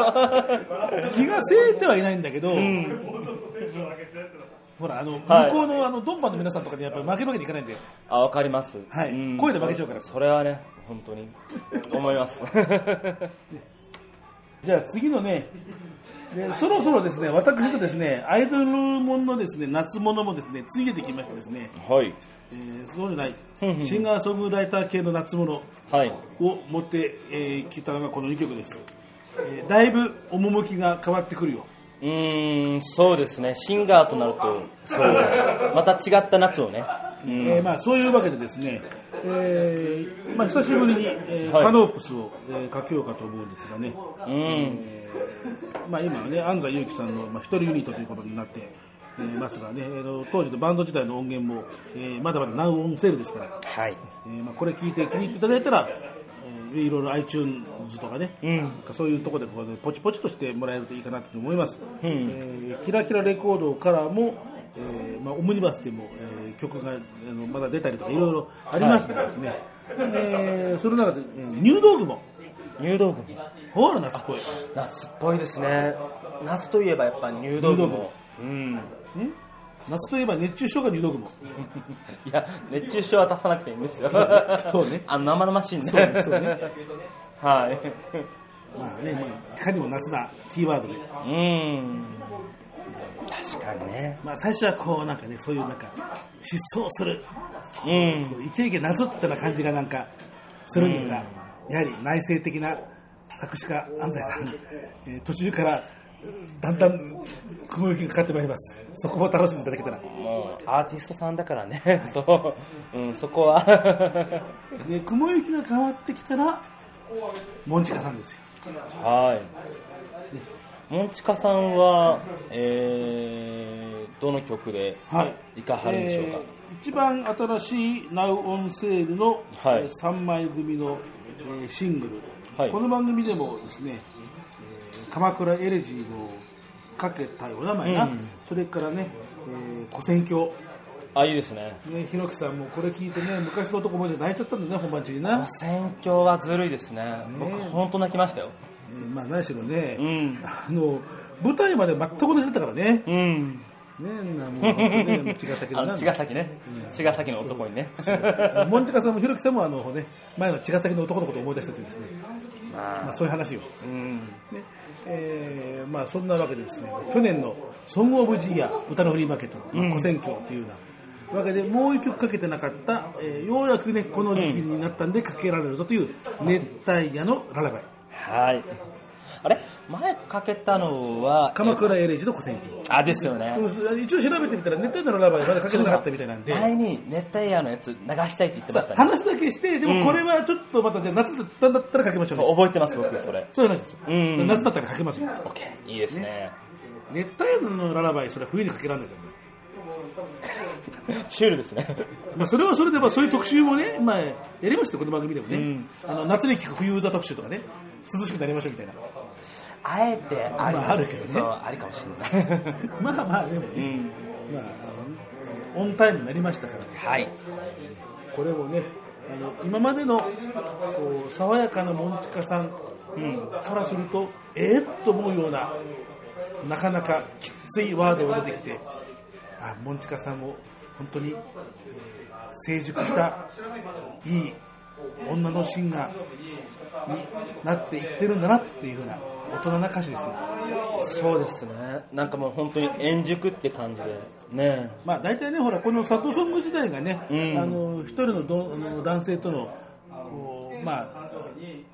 [SPEAKER 3] 気がせいてはいないんだけど、
[SPEAKER 2] うん。
[SPEAKER 3] ほら、あの、向
[SPEAKER 2] はい
[SPEAKER 3] こうの、あの、ドンパの皆さんとかにやっぱり負け負けにいかないんで、
[SPEAKER 2] あ、わかります。
[SPEAKER 3] はい
[SPEAKER 2] うん
[SPEAKER 3] 声で負けちゃうから
[SPEAKER 2] それはね、本当に、思います。
[SPEAKER 3] じゃあ次のね、でそろそろですね、私とですね、アイドルもののですね、夏物もですね、ついてきましてですね、
[SPEAKER 2] はい。
[SPEAKER 3] えーそうじゃない、
[SPEAKER 2] うんうん
[SPEAKER 3] シンガーソングライター系の夏物を
[SPEAKER 2] はい。
[SPEAKER 3] 持ってき、えーきたのがこの2曲です。えーだいぶ趣が変わってくるよ。
[SPEAKER 2] うーん、そうですね。シンガーとなると、そう。また違った夏をね。うん
[SPEAKER 3] えーまあ、そういうわけでですね、えーまあ、久しぶりに、えー
[SPEAKER 2] はい
[SPEAKER 3] カノープスを、えーかけようかと思うんですがね、
[SPEAKER 2] うん。
[SPEAKER 3] まあ、今はね、安西祐樹さんの、まあ、一人ユニットということになって、えーますがね、えーの当時のバンド時代の音源も、えーまだまだ難音セールですから、
[SPEAKER 2] はい。
[SPEAKER 3] えーまあ、これ聞いて気に入っていただいたら、えーいろいろ iTunes とかね、
[SPEAKER 2] うん
[SPEAKER 3] なんかそういうところでこう、ね、ポチポチとしてもらえるといいかなと思います。
[SPEAKER 2] うん
[SPEAKER 3] えーキラキラレコードからも、えーまあ、オムニバスでも、えー曲があのまだ出たりとかいろいろありましたからですね、えーその中で、えー入道雲、
[SPEAKER 2] 入道雲。
[SPEAKER 3] ほら夏っぽい。
[SPEAKER 2] 夏っぽいですね。夏といえばやっぱ入道
[SPEAKER 3] 入道
[SPEAKER 2] 雲。うん。
[SPEAKER 3] ん夏といえば熱中症が入道雲。
[SPEAKER 2] いや、熱中症は出さなくていいんですよ。
[SPEAKER 3] そうね
[SPEAKER 2] あの、生々しいんで。
[SPEAKER 3] そうねそうね
[SPEAKER 2] はい。
[SPEAKER 3] まあね、まあ、いかにも夏なキーワードで。
[SPEAKER 2] うん。確かにね。
[SPEAKER 3] まあ最初はこうなんかね、そういうなんか、疾走する、
[SPEAKER 2] うん。
[SPEAKER 3] イケイケなぞってた感じがなんかするんですが、やはり内政的な作詞家安西さん、えー途中からうんだんだん雲行きがかかってまいります。そこを楽しんでいただけたら。
[SPEAKER 2] もう、アーティストさんだからね。 そう。うん、そこは。
[SPEAKER 3] で、雲行きが変わってきたら、モンチカさんですよ。
[SPEAKER 2] はい。モンチカさんは、えー、どの曲で
[SPEAKER 3] はい。
[SPEAKER 2] いかはるんでしょうか、
[SPEAKER 3] えー一番新しい Now on Sale の、
[SPEAKER 2] はい
[SPEAKER 3] えー3枚組の、えーシングル、
[SPEAKER 2] はい
[SPEAKER 3] この番組でもですね、えー鎌倉エレジーのかけたお名前が、
[SPEAKER 2] うん
[SPEAKER 3] それからね、えー、古戦郷、
[SPEAKER 2] あ、いいですね。
[SPEAKER 3] ね、ひろきさんもこれ聞いてね、昔の男もじゃ泣いちゃったんだね、本番中に
[SPEAKER 2] あ
[SPEAKER 3] な。
[SPEAKER 2] 選挙はずるいですね。僕、本当泣きましたよ。
[SPEAKER 3] えーまあ、何しろね、
[SPEAKER 2] うん。
[SPEAKER 3] あの、舞台まで全く同じだったからね。
[SPEAKER 2] うん。
[SPEAKER 3] ねえな、もう、ね、茅ヶ崎
[SPEAKER 2] あ
[SPEAKER 3] の
[SPEAKER 2] の、
[SPEAKER 3] な
[SPEAKER 2] 茅ヶ崎ね。茅ヶ崎の男にね。
[SPEAKER 3] モンチカさんもひろきさんもあの、ね、前の茅ヶ崎の男のことを思い出したというですね、まあ、そういう話を、ね
[SPEAKER 2] うん。
[SPEAKER 3] えーまあ、そんなわけでですね去年の「ソング・オブ・ジ・イヤー歌のフリーマーケット」
[SPEAKER 2] うん
[SPEAKER 3] 古戦況というようなわけでもう一曲かけてなかった、えーようやくねこの時期になったんでかけられるぞという熱帯夜のララバイ
[SPEAKER 2] はい。あれ前かけたのは、
[SPEAKER 3] 鎌倉エレジの古戦況
[SPEAKER 2] あ、ですよね。
[SPEAKER 3] 一応調べてみたら熱帯夜のララバイまだかけてなかったみたいなんで
[SPEAKER 2] 前に熱帯夜のやつ流したいって言ってましたね。
[SPEAKER 3] 話だけしてでもこれはちょっとまたじゃあ夏だったんだったらかけましょうね
[SPEAKER 2] そう覚えてます、僕、それ。
[SPEAKER 3] そういう話ですよ。
[SPEAKER 2] うん
[SPEAKER 3] 夏だったらかけますよ。
[SPEAKER 2] オッケー。いいですね。
[SPEAKER 3] 熱帯夜のララバイ、それは冬にかけられないからね。
[SPEAKER 2] シュールですね。
[SPEAKER 3] まあ、それはそれで、まあ、そういう特集もね、まあ、やりましたよこの番組でもね。
[SPEAKER 2] うん
[SPEAKER 3] あの、夏に聞く冬だ特集とかね、涼しくなりましょうみた いな。
[SPEAKER 2] あえてあり、
[SPEAKER 3] まああるけどね
[SPEAKER 2] そう、ありかもしれない。
[SPEAKER 3] まあまあ、でも
[SPEAKER 2] う
[SPEAKER 3] ね、
[SPEAKER 2] ん。
[SPEAKER 3] まあ、あの、オンタイムになりましたから、
[SPEAKER 2] はい。
[SPEAKER 3] これもね、あの、今までの、こう、爽やかなモンチカさん
[SPEAKER 2] うん。
[SPEAKER 3] からすると、えーっと思うような、なかなかきついワードが出てきて、あ、モンチカさんを本当に成熟したいい女のシンガーになっていってるんだなっていうふうな大人な歌詞ですよ。
[SPEAKER 2] そうですね。なんかもう本当に円熟って感じで。ね
[SPEAKER 3] まあ大体ね、ほら、この里ソング自体がね、
[SPEAKER 2] うん
[SPEAKER 3] あの、一人のどあの男性との、こうまあ、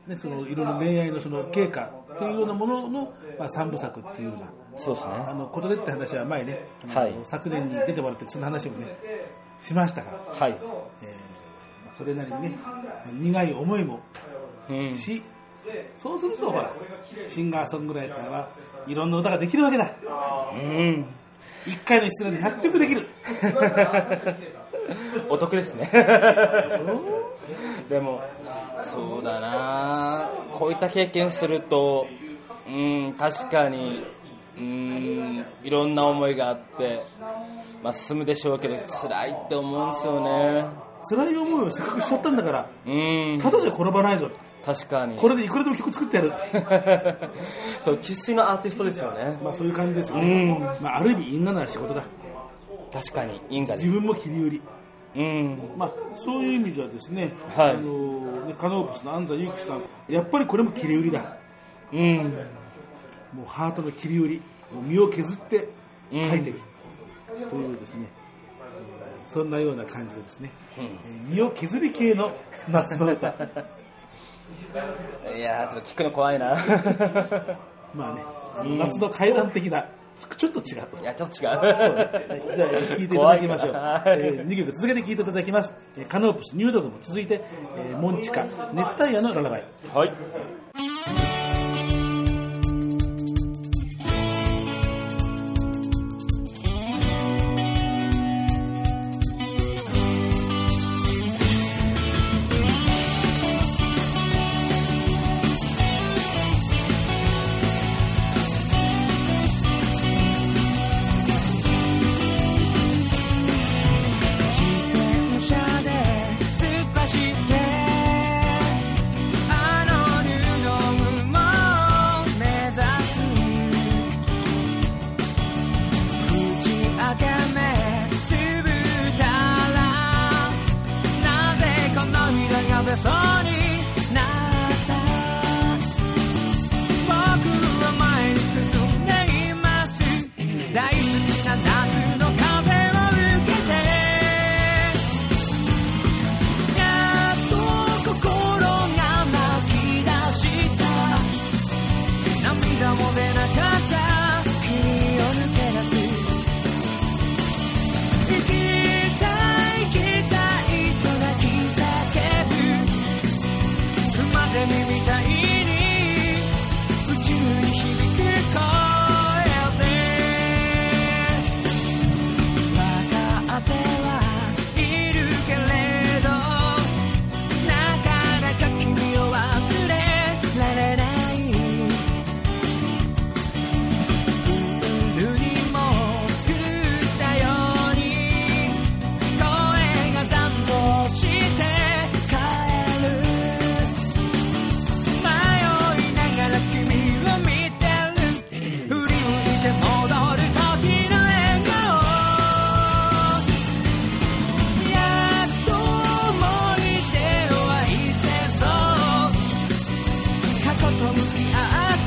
[SPEAKER 3] ね、その、いろいろ恋愛のその経過っていうようなものの、まあ、三部作っていうような、
[SPEAKER 2] そうです
[SPEAKER 3] あ
[SPEAKER 2] ね。
[SPEAKER 3] の、ことでって話は前ね、あの
[SPEAKER 2] はい
[SPEAKER 3] 昨年に出てもらって、その話もね、しましたから、
[SPEAKER 2] はい。
[SPEAKER 3] えーまあそれなりにね、苦い思いも
[SPEAKER 2] うん。
[SPEAKER 3] し、そうするとほら、シンガーソングライターはいろんな歌ができるわけだ。
[SPEAKER 2] うん。
[SPEAKER 3] 一回の質問で100曲できる。
[SPEAKER 2] お得ですね。 でも、そうだなこういった経験すると、うん、確かに、うん、いろんな思いがあって、まあ進むでしょうけど、辛いって思うんですよね。
[SPEAKER 3] 辛い思いをせっかくしちゃったんだから、
[SPEAKER 2] うん。
[SPEAKER 3] ただじゃ転ばないぞ。
[SPEAKER 2] 確かに。
[SPEAKER 3] これでいくらでも曲作ってやる。
[SPEAKER 2] そう、生粋のアーティストですよね。
[SPEAKER 3] まあそういう感じですよ
[SPEAKER 2] うん
[SPEAKER 3] まあある意味、因果な仕事だ。
[SPEAKER 2] 確かに、因果で
[SPEAKER 3] 自
[SPEAKER 2] す。
[SPEAKER 3] 分も切り売り。
[SPEAKER 2] うん。
[SPEAKER 3] まあ、そういう意味ではですね、
[SPEAKER 2] はい
[SPEAKER 3] あのねカノープスの安西祐樹さん、やっぱりこれも切り売りだ。
[SPEAKER 2] うん。
[SPEAKER 3] もうハートの切り売り、もう身を削って書いてる。というですね、えーそんなような感じでですね、えー身を削り系の夏の 歌。
[SPEAKER 2] いやー、ちょっと聞くの怖 いな。
[SPEAKER 3] まあね、夏の階段的な、ちょっと違うと
[SPEAKER 2] い。や、ちょっと違
[SPEAKER 3] そうね
[SPEAKER 2] う。
[SPEAKER 3] はい じゃあ、聞いていただきましょう。
[SPEAKER 2] 怖いな
[SPEAKER 3] え2曲続けて聞いていただきます。えーカノープス、ニュードルも続いて、えーモンチカ、熱帯夜のララバイ。
[SPEAKER 2] はい。
[SPEAKER 4] 電車で突っ走ってあのルードを
[SPEAKER 5] あっ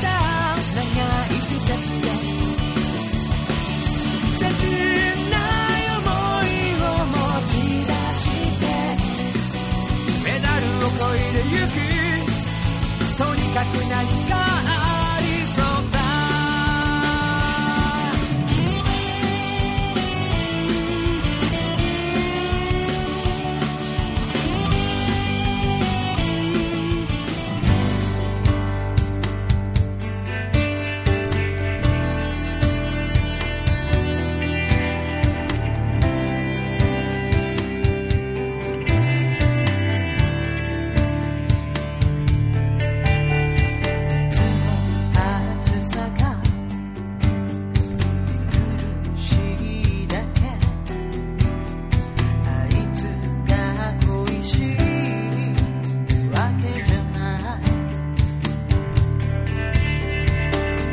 [SPEAKER 5] た長い季節で切ない想いを持ち出してメダルをこいでゆくとにかく何かありそうだ暑さが苦しいだけあいつが恋しいわけじゃない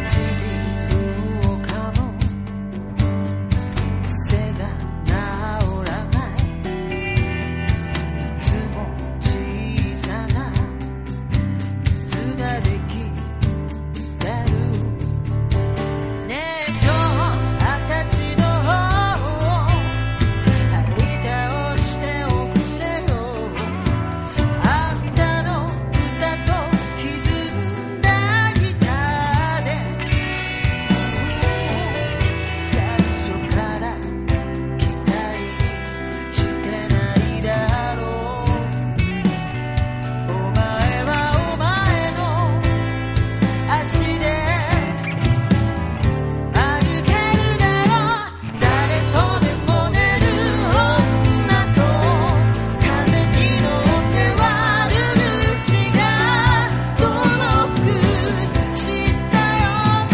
[SPEAKER 5] ちびうかも癖が治らないいつも小さな図ができねえ今日私の方を張り倒しておくれよあんたの歌と歪んだギターで最初から期待してないだろうお前はお前の足で歩けるなら誰とでも寝る女と風に乗って悪口が届く知ったようなが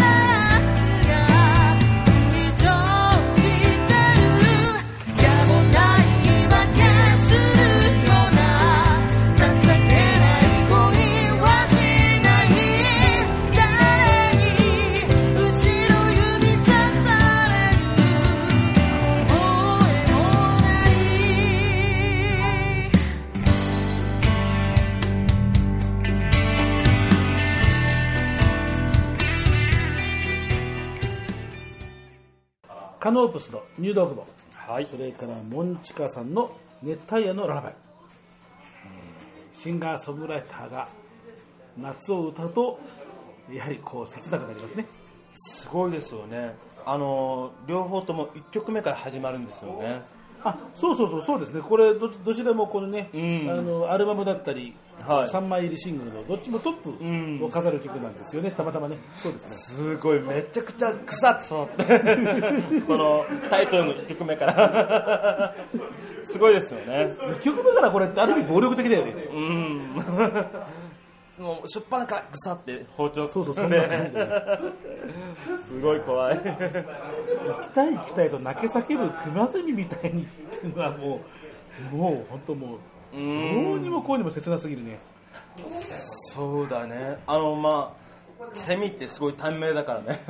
[SPEAKER 5] に乗してるやもない言い訳するような情けない恋はしない誰に後ろ指さされる覚えもない
[SPEAKER 3] カノープスの入道雲、
[SPEAKER 2] はい
[SPEAKER 3] それからモンチカさんの熱帯夜のララバイ、えーシンガーソングライターが夏を歌うと、やはりこう切なくなりますね。
[SPEAKER 2] すごいですよね。あのー、両方とも1曲目から始まるんですよね。
[SPEAKER 3] あそうそうそうそうですね、これどっち、どちらもこのね、
[SPEAKER 2] うん
[SPEAKER 3] あのアルバムだったり、
[SPEAKER 2] はい
[SPEAKER 3] 3枚入りシングルのどっちもトッ
[SPEAKER 2] ん
[SPEAKER 3] プを飾る曲なんですよね、たまたまね、そうですね、
[SPEAKER 2] すごい、めちゃくちゃ草ってそ って、このタイトルの1曲目から。すごいですよね。
[SPEAKER 3] 1曲目からこれって、ある意味暴力的だよね、
[SPEAKER 2] うん。もう、しょっぱなから草って包丁
[SPEAKER 3] そうそうそんな感じだよね
[SPEAKER 2] すごい怖い。
[SPEAKER 3] 行きたい行きたいと泣け叫ぶ熊ゼミみたいにっていうのはもう、もう本当もう、
[SPEAKER 2] う。
[SPEAKER 3] どうんにもこうにも切なすぎるね、
[SPEAKER 2] そうだね。あの、まあ、セミってすごい短命だから ね。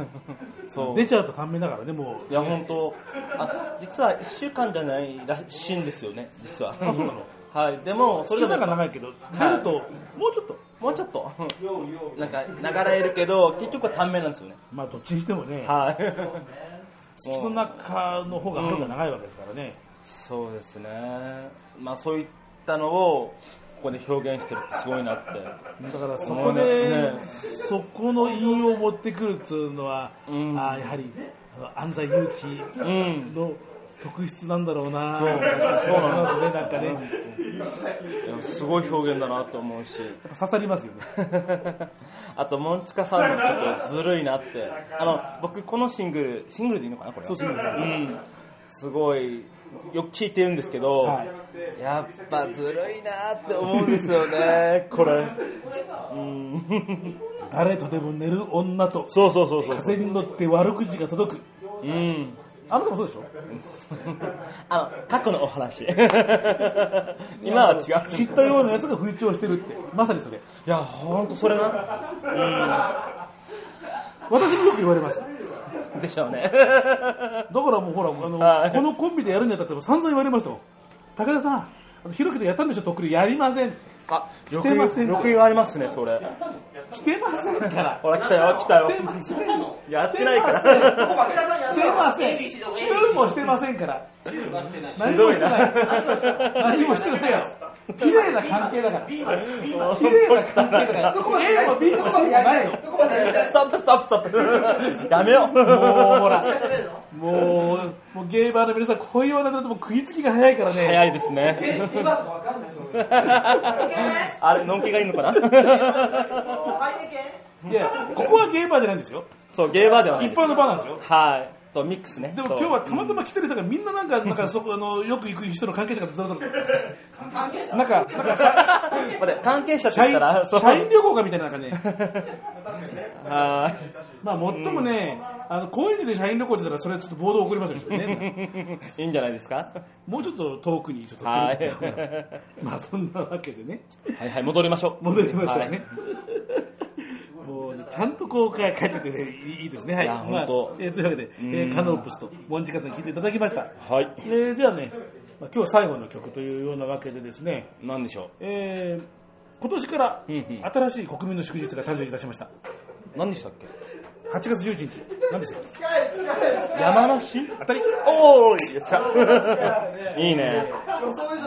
[SPEAKER 2] そう。
[SPEAKER 3] 出ちゃうと短命だからね、もう、
[SPEAKER 2] いや、本当あ、実は1週間じゃないらしいんですよね、実は。あ、
[SPEAKER 3] そうなの
[SPEAKER 2] はい、でも、そ
[SPEAKER 3] そ
[SPEAKER 2] れ
[SPEAKER 3] れ
[SPEAKER 2] で
[SPEAKER 3] だ
[SPEAKER 2] も
[SPEAKER 3] が長いけど、出ると、もうちょっと、
[SPEAKER 2] もうちょっと、 なんか、流れるけど、結局は短命なんですよね。
[SPEAKER 3] まあ、どっちにしても ね、
[SPEAKER 2] はい。
[SPEAKER 3] 土の中の方が春が長いわけですからね。
[SPEAKER 2] そうですね。まあ、そういったのを、ここで表現してるってすごいなって。
[SPEAKER 3] だからそ
[SPEAKER 2] も
[SPEAKER 3] こ
[SPEAKER 2] う
[SPEAKER 3] で、
[SPEAKER 2] ねね
[SPEAKER 3] そこの韻を持ってくるっていうのは、
[SPEAKER 2] うん
[SPEAKER 3] あーやはりあの安西祐
[SPEAKER 2] う
[SPEAKER 3] 樹
[SPEAKER 2] ん。
[SPEAKER 3] の特質なんだろうな
[SPEAKER 2] そう
[SPEAKER 3] そうなんですねなんかね、
[SPEAKER 2] いやすごい表現だなと思うし。
[SPEAKER 3] 刺さりますよね
[SPEAKER 2] あと、モンチカさんもちょっとずるいなって。あの、僕、このシングル、シングルでいいのかな、これ。
[SPEAKER 3] そうシングルです
[SPEAKER 2] うん。すごい、よく聴いてるんですけど、
[SPEAKER 3] はい
[SPEAKER 2] やっぱずるいなって思うんですよね、これ。うん。
[SPEAKER 3] 誰とでも寝る女と
[SPEAKER 2] そうそうそうそう。
[SPEAKER 3] 風に乗って悪口が届く
[SPEAKER 2] うん。
[SPEAKER 3] あなたもそうでしょ
[SPEAKER 2] あの、過去のお 話。今は違う。
[SPEAKER 3] 知ったようなやつが吹聴してるってまさにそれ
[SPEAKER 2] いや、ほんとそれな。
[SPEAKER 3] 私もよく言われますだか
[SPEAKER 2] でしょうね。
[SPEAKER 3] らもうほらあの、
[SPEAKER 2] はい
[SPEAKER 3] このコンビでやるにあたっても散々言われましたもん武田さんあのひろきとやったんでしょ、とっくり、やりません、
[SPEAKER 2] あ、よ
[SPEAKER 3] てません
[SPEAKER 2] く、よく言われますね、それ。
[SPEAKER 3] してませんから、
[SPEAKER 2] ほら、来たよ、来たよ
[SPEAKER 3] して。ません、
[SPEAKER 2] やってないか
[SPEAKER 3] して
[SPEAKER 2] ら。
[SPEAKER 3] ません、してません、チューもしてませんから、何
[SPEAKER 2] ひ
[SPEAKER 3] も
[SPEAKER 2] ど
[SPEAKER 3] し
[SPEAKER 2] い
[SPEAKER 3] て
[SPEAKER 2] な
[SPEAKER 3] ない、何もしてないよ、綺麗な関係だから、綺麗な関係だから、A も B も C もないよ。
[SPEAKER 2] ストップ、ストップ、ストップ。やめよ
[SPEAKER 3] もうほ
[SPEAKER 2] う。
[SPEAKER 3] ら、もう、もうゲーバーの皆さん、こういう話だともう食いつきが早いからね。
[SPEAKER 2] 早いですね。あれ、のんけがいいのかな
[SPEAKER 3] いや、ここはゲーバーじゃないんですよ。
[SPEAKER 2] そう、ゲーバーではない
[SPEAKER 3] 一
[SPEAKER 2] です。
[SPEAKER 3] 般のバーなんですよ。
[SPEAKER 2] はい。と、ミックスね。
[SPEAKER 3] でも今日はたまたま来てる人がみんななんか、なんかそこ、あの、よく行く人の関係者がずらずら。なんか、なんかさ
[SPEAKER 2] そう待って関係者って
[SPEAKER 3] 社
[SPEAKER 2] 言っ
[SPEAKER 3] 員
[SPEAKER 2] たら、そう。
[SPEAKER 3] 社員旅行かみたいななんかね、
[SPEAKER 2] は
[SPEAKER 3] まあ、もっともね、あの、高円寺で社員旅行って言ったら、それちょっとボードを送りますよちょっとね。
[SPEAKER 2] い。いいんじゃないですか
[SPEAKER 3] もうちょっと遠くにちょっと連
[SPEAKER 2] は
[SPEAKER 3] れてって
[SPEAKER 2] い。
[SPEAKER 3] まあ、そんなわけでね、
[SPEAKER 2] はいはい、戻りましょう。
[SPEAKER 3] 戻りましょう
[SPEAKER 2] はい
[SPEAKER 3] ね。。もうね、ちゃんとこう書いてくれてねいいいいですね。はい。
[SPEAKER 2] いや
[SPEAKER 3] まあ
[SPEAKER 2] 本当
[SPEAKER 3] えーというわけで、えーカノープスとモンジカさんに聞いていただきまし
[SPEAKER 2] は
[SPEAKER 3] た。
[SPEAKER 2] い
[SPEAKER 3] え。ーではね、まあ、今日最後の曲というようなわけでですね、
[SPEAKER 2] なんでしょ
[SPEAKER 3] えー今年から
[SPEAKER 2] うんうん
[SPEAKER 3] 新しい国民の祝日が誕生いたしました。
[SPEAKER 2] う。何でしたっけ
[SPEAKER 3] 8月11日、何ですよ。
[SPEAKER 2] 山の日
[SPEAKER 3] 当たり
[SPEAKER 2] おーいよっしゃ。 いいね。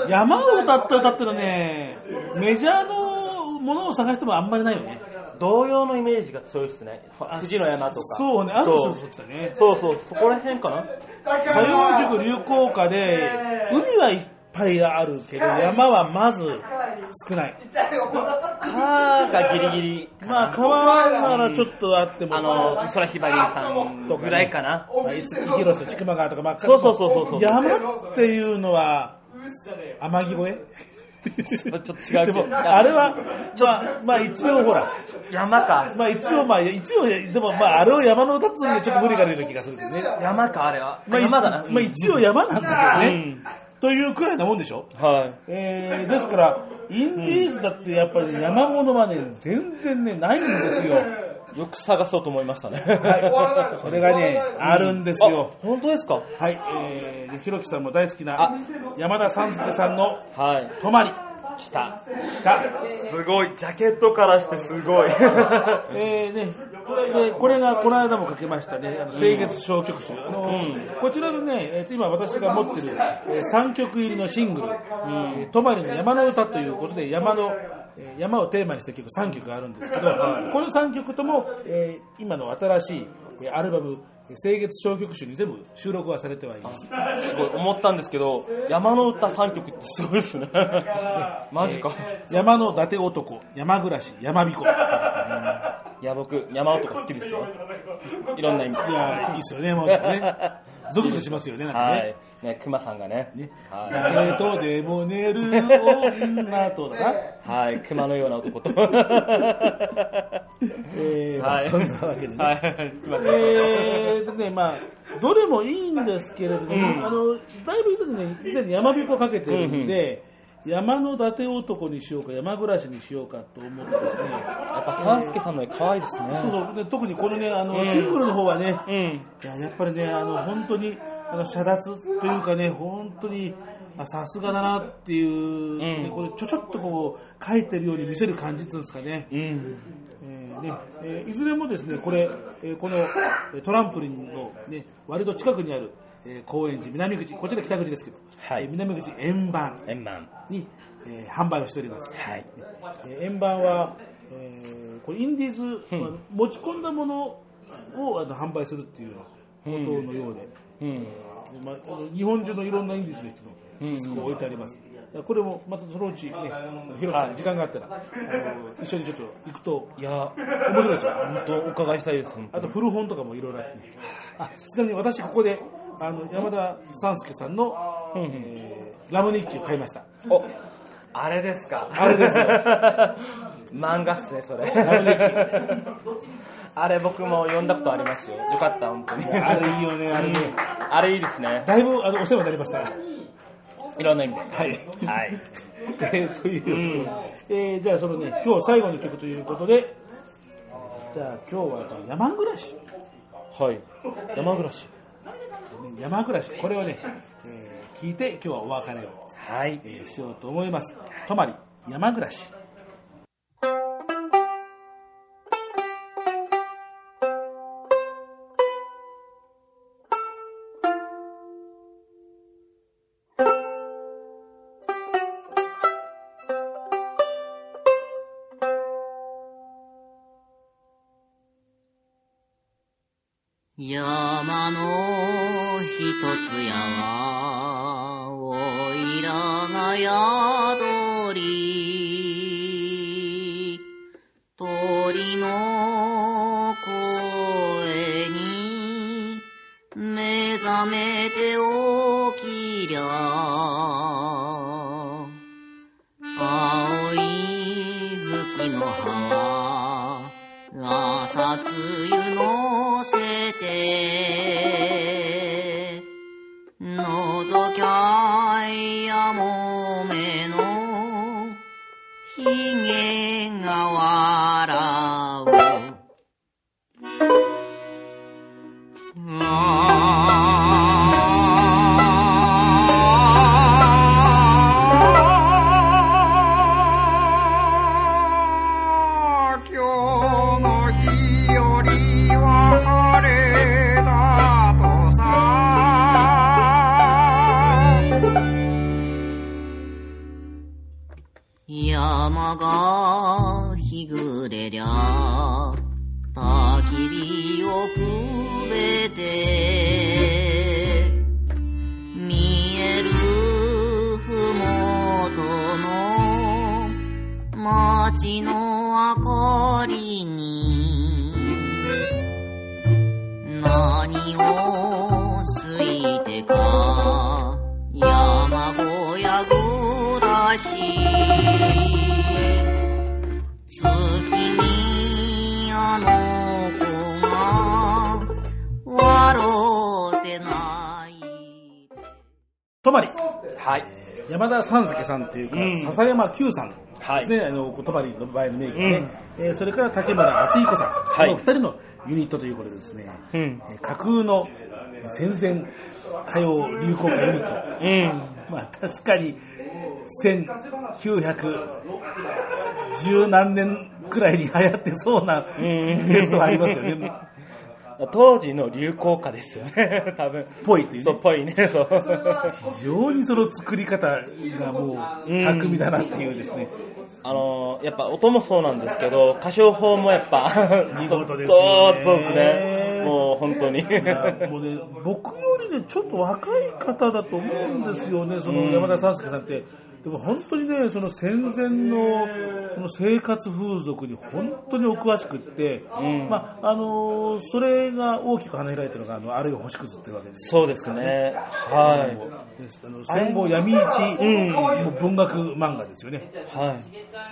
[SPEAKER 3] 山を歌った歌ってのはね、メジャーのものを探してもあんまりないよね。
[SPEAKER 2] 同様のイメージが強いっすね。富士の山とか。
[SPEAKER 3] そうね、あるでしょ、
[SPEAKER 2] そ
[SPEAKER 3] そっ
[SPEAKER 2] う
[SPEAKER 3] ちだね。
[SPEAKER 2] そうそう、そこら辺かな
[SPEAKER 3] 歌謡塾流行歌で、海はいっぱいあるけど、山はまず少ない。
[SPEAKER 2] かーがギリギリ。
[SPEAKER 3] まあ、川ならちょっとあっても、
[SPEAKER 2] あの、空ひばりさんぐらいかな。
[SPEAKER 3] まあ、いつきひろと千曲川とか、まあ、
[SPEAKER 2] そうそうそうそうそう
[SPEAKER 3] 山っていうのは、天城越
[SPEAKER 2] ちょっと
[SPEAKER 3] え
[SPEAKER 2] 違
[SPEAKER 3] で
[SPEAKER 2] うけ
[SPEAKER 3] も
[SPEAKER 2] ど。、
[SPEAKER 3] あれは、まあ、まあ一応ほら、
[SPEAKER 2] 山か。
[SPEAKER 3] まあ一応まあ、一応、でもまああれを山の歌っつうんでちょっと無理があるような気がするけどね。
[SPEAKER 2] 山か、あれは。
[SPEAKER 3] まあ、
[SPEAKER 2] 山だな。
[SPEAKER 3] まあ一応山なんだけどね。
[SPEAKER 2] うん
[SPEAKER 3] というくらいなもんでしょ
[SPEAKER 2] はい。
[SPEAKER 3] えー、ですから、インディーズだってやっぱり山物はね、全然ね、ないんですよ。
[SPEAKER 2] よく探そうと思いましたね。
[SPEAKER 3] それがね、あるんですよ。
[SPEAKER 2] あ本当ですか
[SPEAKER 3] はい、えー、でひろきさんも大好きな山田三助さんの
[SPEAKER 2] はい。
[SPEAKER 3] 泊まり。
[SPEAKER 2] 来た。
[SPEAKER 3] が
[SPEAKER 2] すごい、ジャケットからしてすご い。
[SPEAKER 3] えーね、でこれがこの間もかけましたね、あの清月小曲集、あのこちらのね、えーと今、私が持ってる、え3曲入りのシングル、えー泊まりの山の歌ということで、山の、えー山をテーマにした曲、3曲あるんですけど、この3曲とも、えー今の新しいえーアルバム、えー清月小曲集に全部収録はされてはいます。
[SPEAKER 2] すごい、思ったんですけど、山の歌3曲ってすごいです ね。マジか。
[SPEAKER 3] 山の伊達男、山暮らし、山彦。
[SPEAKER 2] いや、僕、山男好きですよ。いろんな意味
[SPEAKER 3] い
[SPEAKER 2] で。
[SPEAKER 3] や、いいっすよね、もうね。ゾクゾクしますよね、なんかね。
[SPEAKER 2] はい。ね、熊さんがね。は
[SPEAKER 3] 誰とでも寝る女とだ
[SPEAKER 2] い。
[SPEAKER 3] な。
[SPEAKER 2] はい、熊のような男 と。
[SPEAKER 3] えーまあ
[SPEAKER 2] はい。
[SPEAKER 3] そんなわけでね。
[SPEAKER 2] はい。熊さん
[SPEAKER 3] えーとね、まあ、どれもいいんですけれども、
[SPEAKER 2] ん
[SPEAKER 3] あの、だいぶ以前ね、以前山彦かけてるんで、山の伊達男にしようか、山暮らしにしようかと思ってですね、
[SPEAKER 2] やっぱ、三助さんの絵可愛いです
[SPEAKER 3] そう
[SPEAKER 2] ね。
[SPEAKER 3] そうで特にこのね、あの、シングルの方はね、
[SPEAKER 2] うん。
[SPEAKER 3] いややっぱりね、あの本当にあの遮奪というかね、本当にあさすがだなっていう、ねこれちょちょっとこう書いてるように見せる感じっていうんですかね。
[SPEAKER 2] うん。
[SPEAKER 3] えーねえーいずれもですね、これ、えーこのえートランプリンの、ね、割と近くにある、えー高円寺南口、こちら北口ですけど、
[SPEAKER 2] はい
[SPEAKER 3] えー南口円盤
[SPEAKER 2] 円満。
[SPEAKER 3] に、えー販売をしております。
[SPEAKER 2] はい。
[SPEAKER 3] えー円盤は、えーこれインディーズ、まあ持ち込んだものをあの販売するっていうようなことのようで、
[SPEAKER 2] うん。
[SPEAKER 3] まあ、あの日本中のいろんなインディーズの人の服を置いてあります、これもまたそのうち、ね、ヒロさん時間があったらあの一緒にちょっと行くと
[SPEAKER 2] いや、
[SPEAKER 3] 面白いですよ
[SPEAKER 2] 本当お伺いしたいです。本当
[SPEAKER 3] あと古本とかもいろいろあって、ね、あちなみに私ここであの山田三助さんの、えーラム日記を買いました
[SPEAKER 2] おあれですか。
[SPEAKER 3] あれですよ
[SPEAKER 2] 漫画っすね、それ
[SPEAKER 3] ラム日記。
[SPEAKER 2] あれ僕も読んだことありますよ。よかった、本当に。
[SPEAKER 3] あれいいよねあれね、
[SPEAKER 2] あれいいですね。
[SPEAKER 3] だいぶあのお世話になりました ね
[SPEAKER 2] いろんな意味で。
[SPEAKER 3] はい
[SPEAKER 2] はい。
[SPEAKER 3] え ーという、えーじゃあそのね今日最後の曲ということでじゃあ今日はじゃあ山暮らし
[SPEAKER 2] はい。山暮らし。
[SPEAKER 3] 山暮らしこれをね、えー聞いて今日はお別れを
[SPEAKER 2] はい。
[SPEAKER 3] えーしようと思います。泊まり、山暮らし。
[SPEAKER 5] 山の一つ山をいらが宿り鳥の声に目覚めて起きりゃ青い吹きの葉朝露のせて覗きゃいやもめのひげが笑う
[SPEAKER 8] 今日の日よりは晴れだとさ
[SPEAKER 5] 山が日暮れりゃ、焚き火をくべて、見えるふもとの街の明かりに、何をすいてか山小屋暮らし月にあの子が笑うてない
[SPEAKER 3] 泊まり、
[SPEAKER 2] はい。
[SPEAKER 3] 山田三助さんというか、
[SPEAKER 2] うん
[SPEAKER 3] 笹山久さん
[SPEAKER 2] はい
[SPEAKER 3] ですね、あの、泊まりの場合の名義ね、えーそれから竹原敦彦さ
[SPEAKER 2] い
[SPEAKER 3] ん、この二人のユニットということでですね、
[SPEAKER 2] うん
[SPEAKER 3] えー架空の戦前歌謡流行歌ユニッ
[SPEAKER 2] う
[SPEAKER 3] ト、
[SPEAKER 2] ん。
[SPEAKER 3] まあ確かに、1910何年くらいに流行ってそうな
[SPEAKER 2] うん
[SPEAKER 3] テストはありますよね。
[SPEAKER 2] 当時の流行歌ですよね、 多分。
[SPEAKER 3] ぽいっていうね
[SPEAKER 2] そう、ぽいね、 そう。
[SPEAKER 3] 非常にその作り方がもう巧みだなっていうですね。
[SPEAKER 2] あのー、やっぱ音もそうなんですけど、歌唱法もやっぱ、
[SPEAKER 3] 見事ですよね
[SPEAKER 2] そう、そうですね。もう本当に。
[SPEAKER 3] いやもうね、僕よりね、ちょっと若い方だと思うんですよね、その山田三助さんって。でも本当にね、その戦前のその生活風俗に本当にお詳しくって、まあ、あのーそれが大きく花開いたのが、あの、あるいは星屑ってわけですよ。
[SPEAKER 2] そうですね。は
[SPEAKER 3] ですあの戦後闇市、もう文学漫画ですよね
[SPEAKER 2] い。。はい。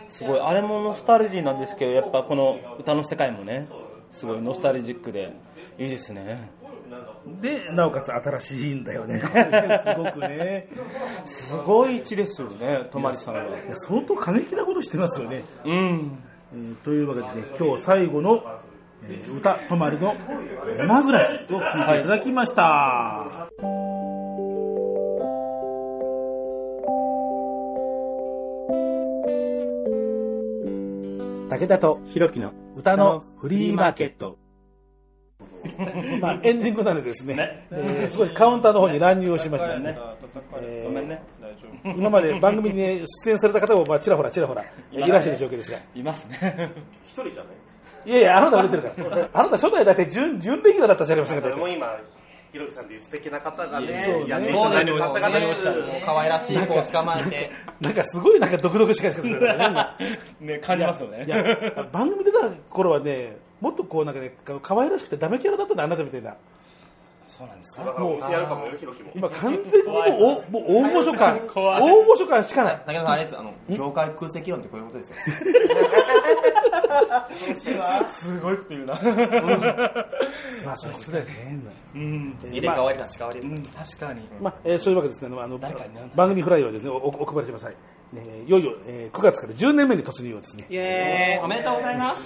[SPEAKER 2] すごい。あれもノスタルジーなんですけど、やっぱこの歌の世界もね、すごいノスタルジックで、いいですね。
[SPEAKER 3] で、なおかつ新しいんだよ ね。すごくね。
[SPEAKER 2] すごい位置ですよね、泊さんは。
[SPEAKER 3] いや相当過激なことしてますよね。
[SPEAKER 2] うん。
[SPEAKER 3] えーというわけでね、今日最後の、えー歌、とまりの山暮らしを聴いていただきました。
[SPEAKER 1] 武田と
[SPEAKER 3] ひろきの
[SPEAKER 1] 歌のフリーマーケット。ま あ、エンディングなのでですね、えー少しカウンターの方に乱入をしましてですね、えー
[SPEAKER 2] ごめんね。
[SPEAKER 1] 今まで番組にね出演された方も、まあ、ちらほらちらほら、えーいらっしゃる状況ですが、
[SPEAKER 2] いますね。
[SPEAKER 1] いやいや、あなた売れてるから、あなた初代だって準準レギュラーだったじゃありませんか、だって
[SPEAKER 9] もう今、ひろきさんという素敵な方がね、
[SPEAKER 1] そうね
[SPEAKER 9] やって
[SPEAKER 1] そう
[SPEAKER 9] 何を方々に
[SPEAKER 10] もう可愛らしい子を捕まえて、
[SPEAKER 1] なんかすごいなんか独特しかしかするからね。
[SPEAKER 2] ね、感じますよね。
[SPEAKER 1] いや、番組出た頃はね、もっとこうなんかね、か可愛らしくてダメキャラだったんだ、あなたみたいな。
[SPEAKER 9] だからお店やるかもよ、ひろきも。
[SPEAKER 1] 今完全にもうおもう大御所感、大御所感しかない。
[SPEAKER 10] だけどあれです、あの、業界空席論ってこういうことですよ。
[SPEAKER 2] すごいこと言うな。
[SPEAKER 1] まあ、そうですね。
[SPEAKER 2] うん。
[SPEAKER 10] 入れ替わり立ち替わり。
[SPEAKER 2] 確かに。
[SPEAKER 1] まあ、えーそういうわけですね。あのあの
[SPEAKER 2] 誰かになんか
[SPEAKER 1] 番組フライはですね、おおお配りしてください。えーいよいよ、えー9月から10年目に突入をですね。
[SPEAKER 10] イエーイおめでとうございます。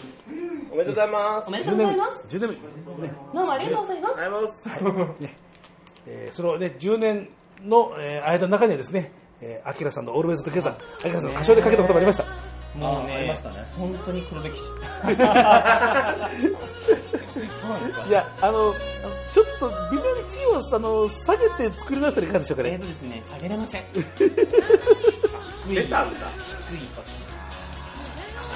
[SPEAKER 9] おめでとうございます。
[SPEAKER 10] おめでと
[SPEAKER 1] 10
[SPEAKER 10] うご
[SPEAKER 1] 年
[SPEAKER 10] ざ
[SPEAKER 1] 目
[SPEAKER 10] います。。
[SPEAKER 1] 10年目。ね
[SPEAKER 10] どうもありがとうございます。
[SPEAKER 9] ありがとうございます。
[SPEAKER 1] えーそのね、10年の、えー間の中にはですね、
[SPEAKER 3] えー、アキラさんのオールウェイズとケザ、アキラさんの歌唱でかけたことがありました。
[SPEAKER 2] もう
[SPEAKER 5] ああり
[SPEAKER 2] ね
[SPEAKER 5] ましたね、
[SPEAKER 2] 本当に黒歴史。
[SPEAKER 3] いや、あの、ちょっと微妙にキーをあの下げて作りましたらいかがでしょうか
[SPEAKER 2] えー
[SPEAKER 3] ね。
[SPEAKER 2] とですね、下げれません。
[SPEAKER 9] 出たんだ。
[SPEAKER 2] つい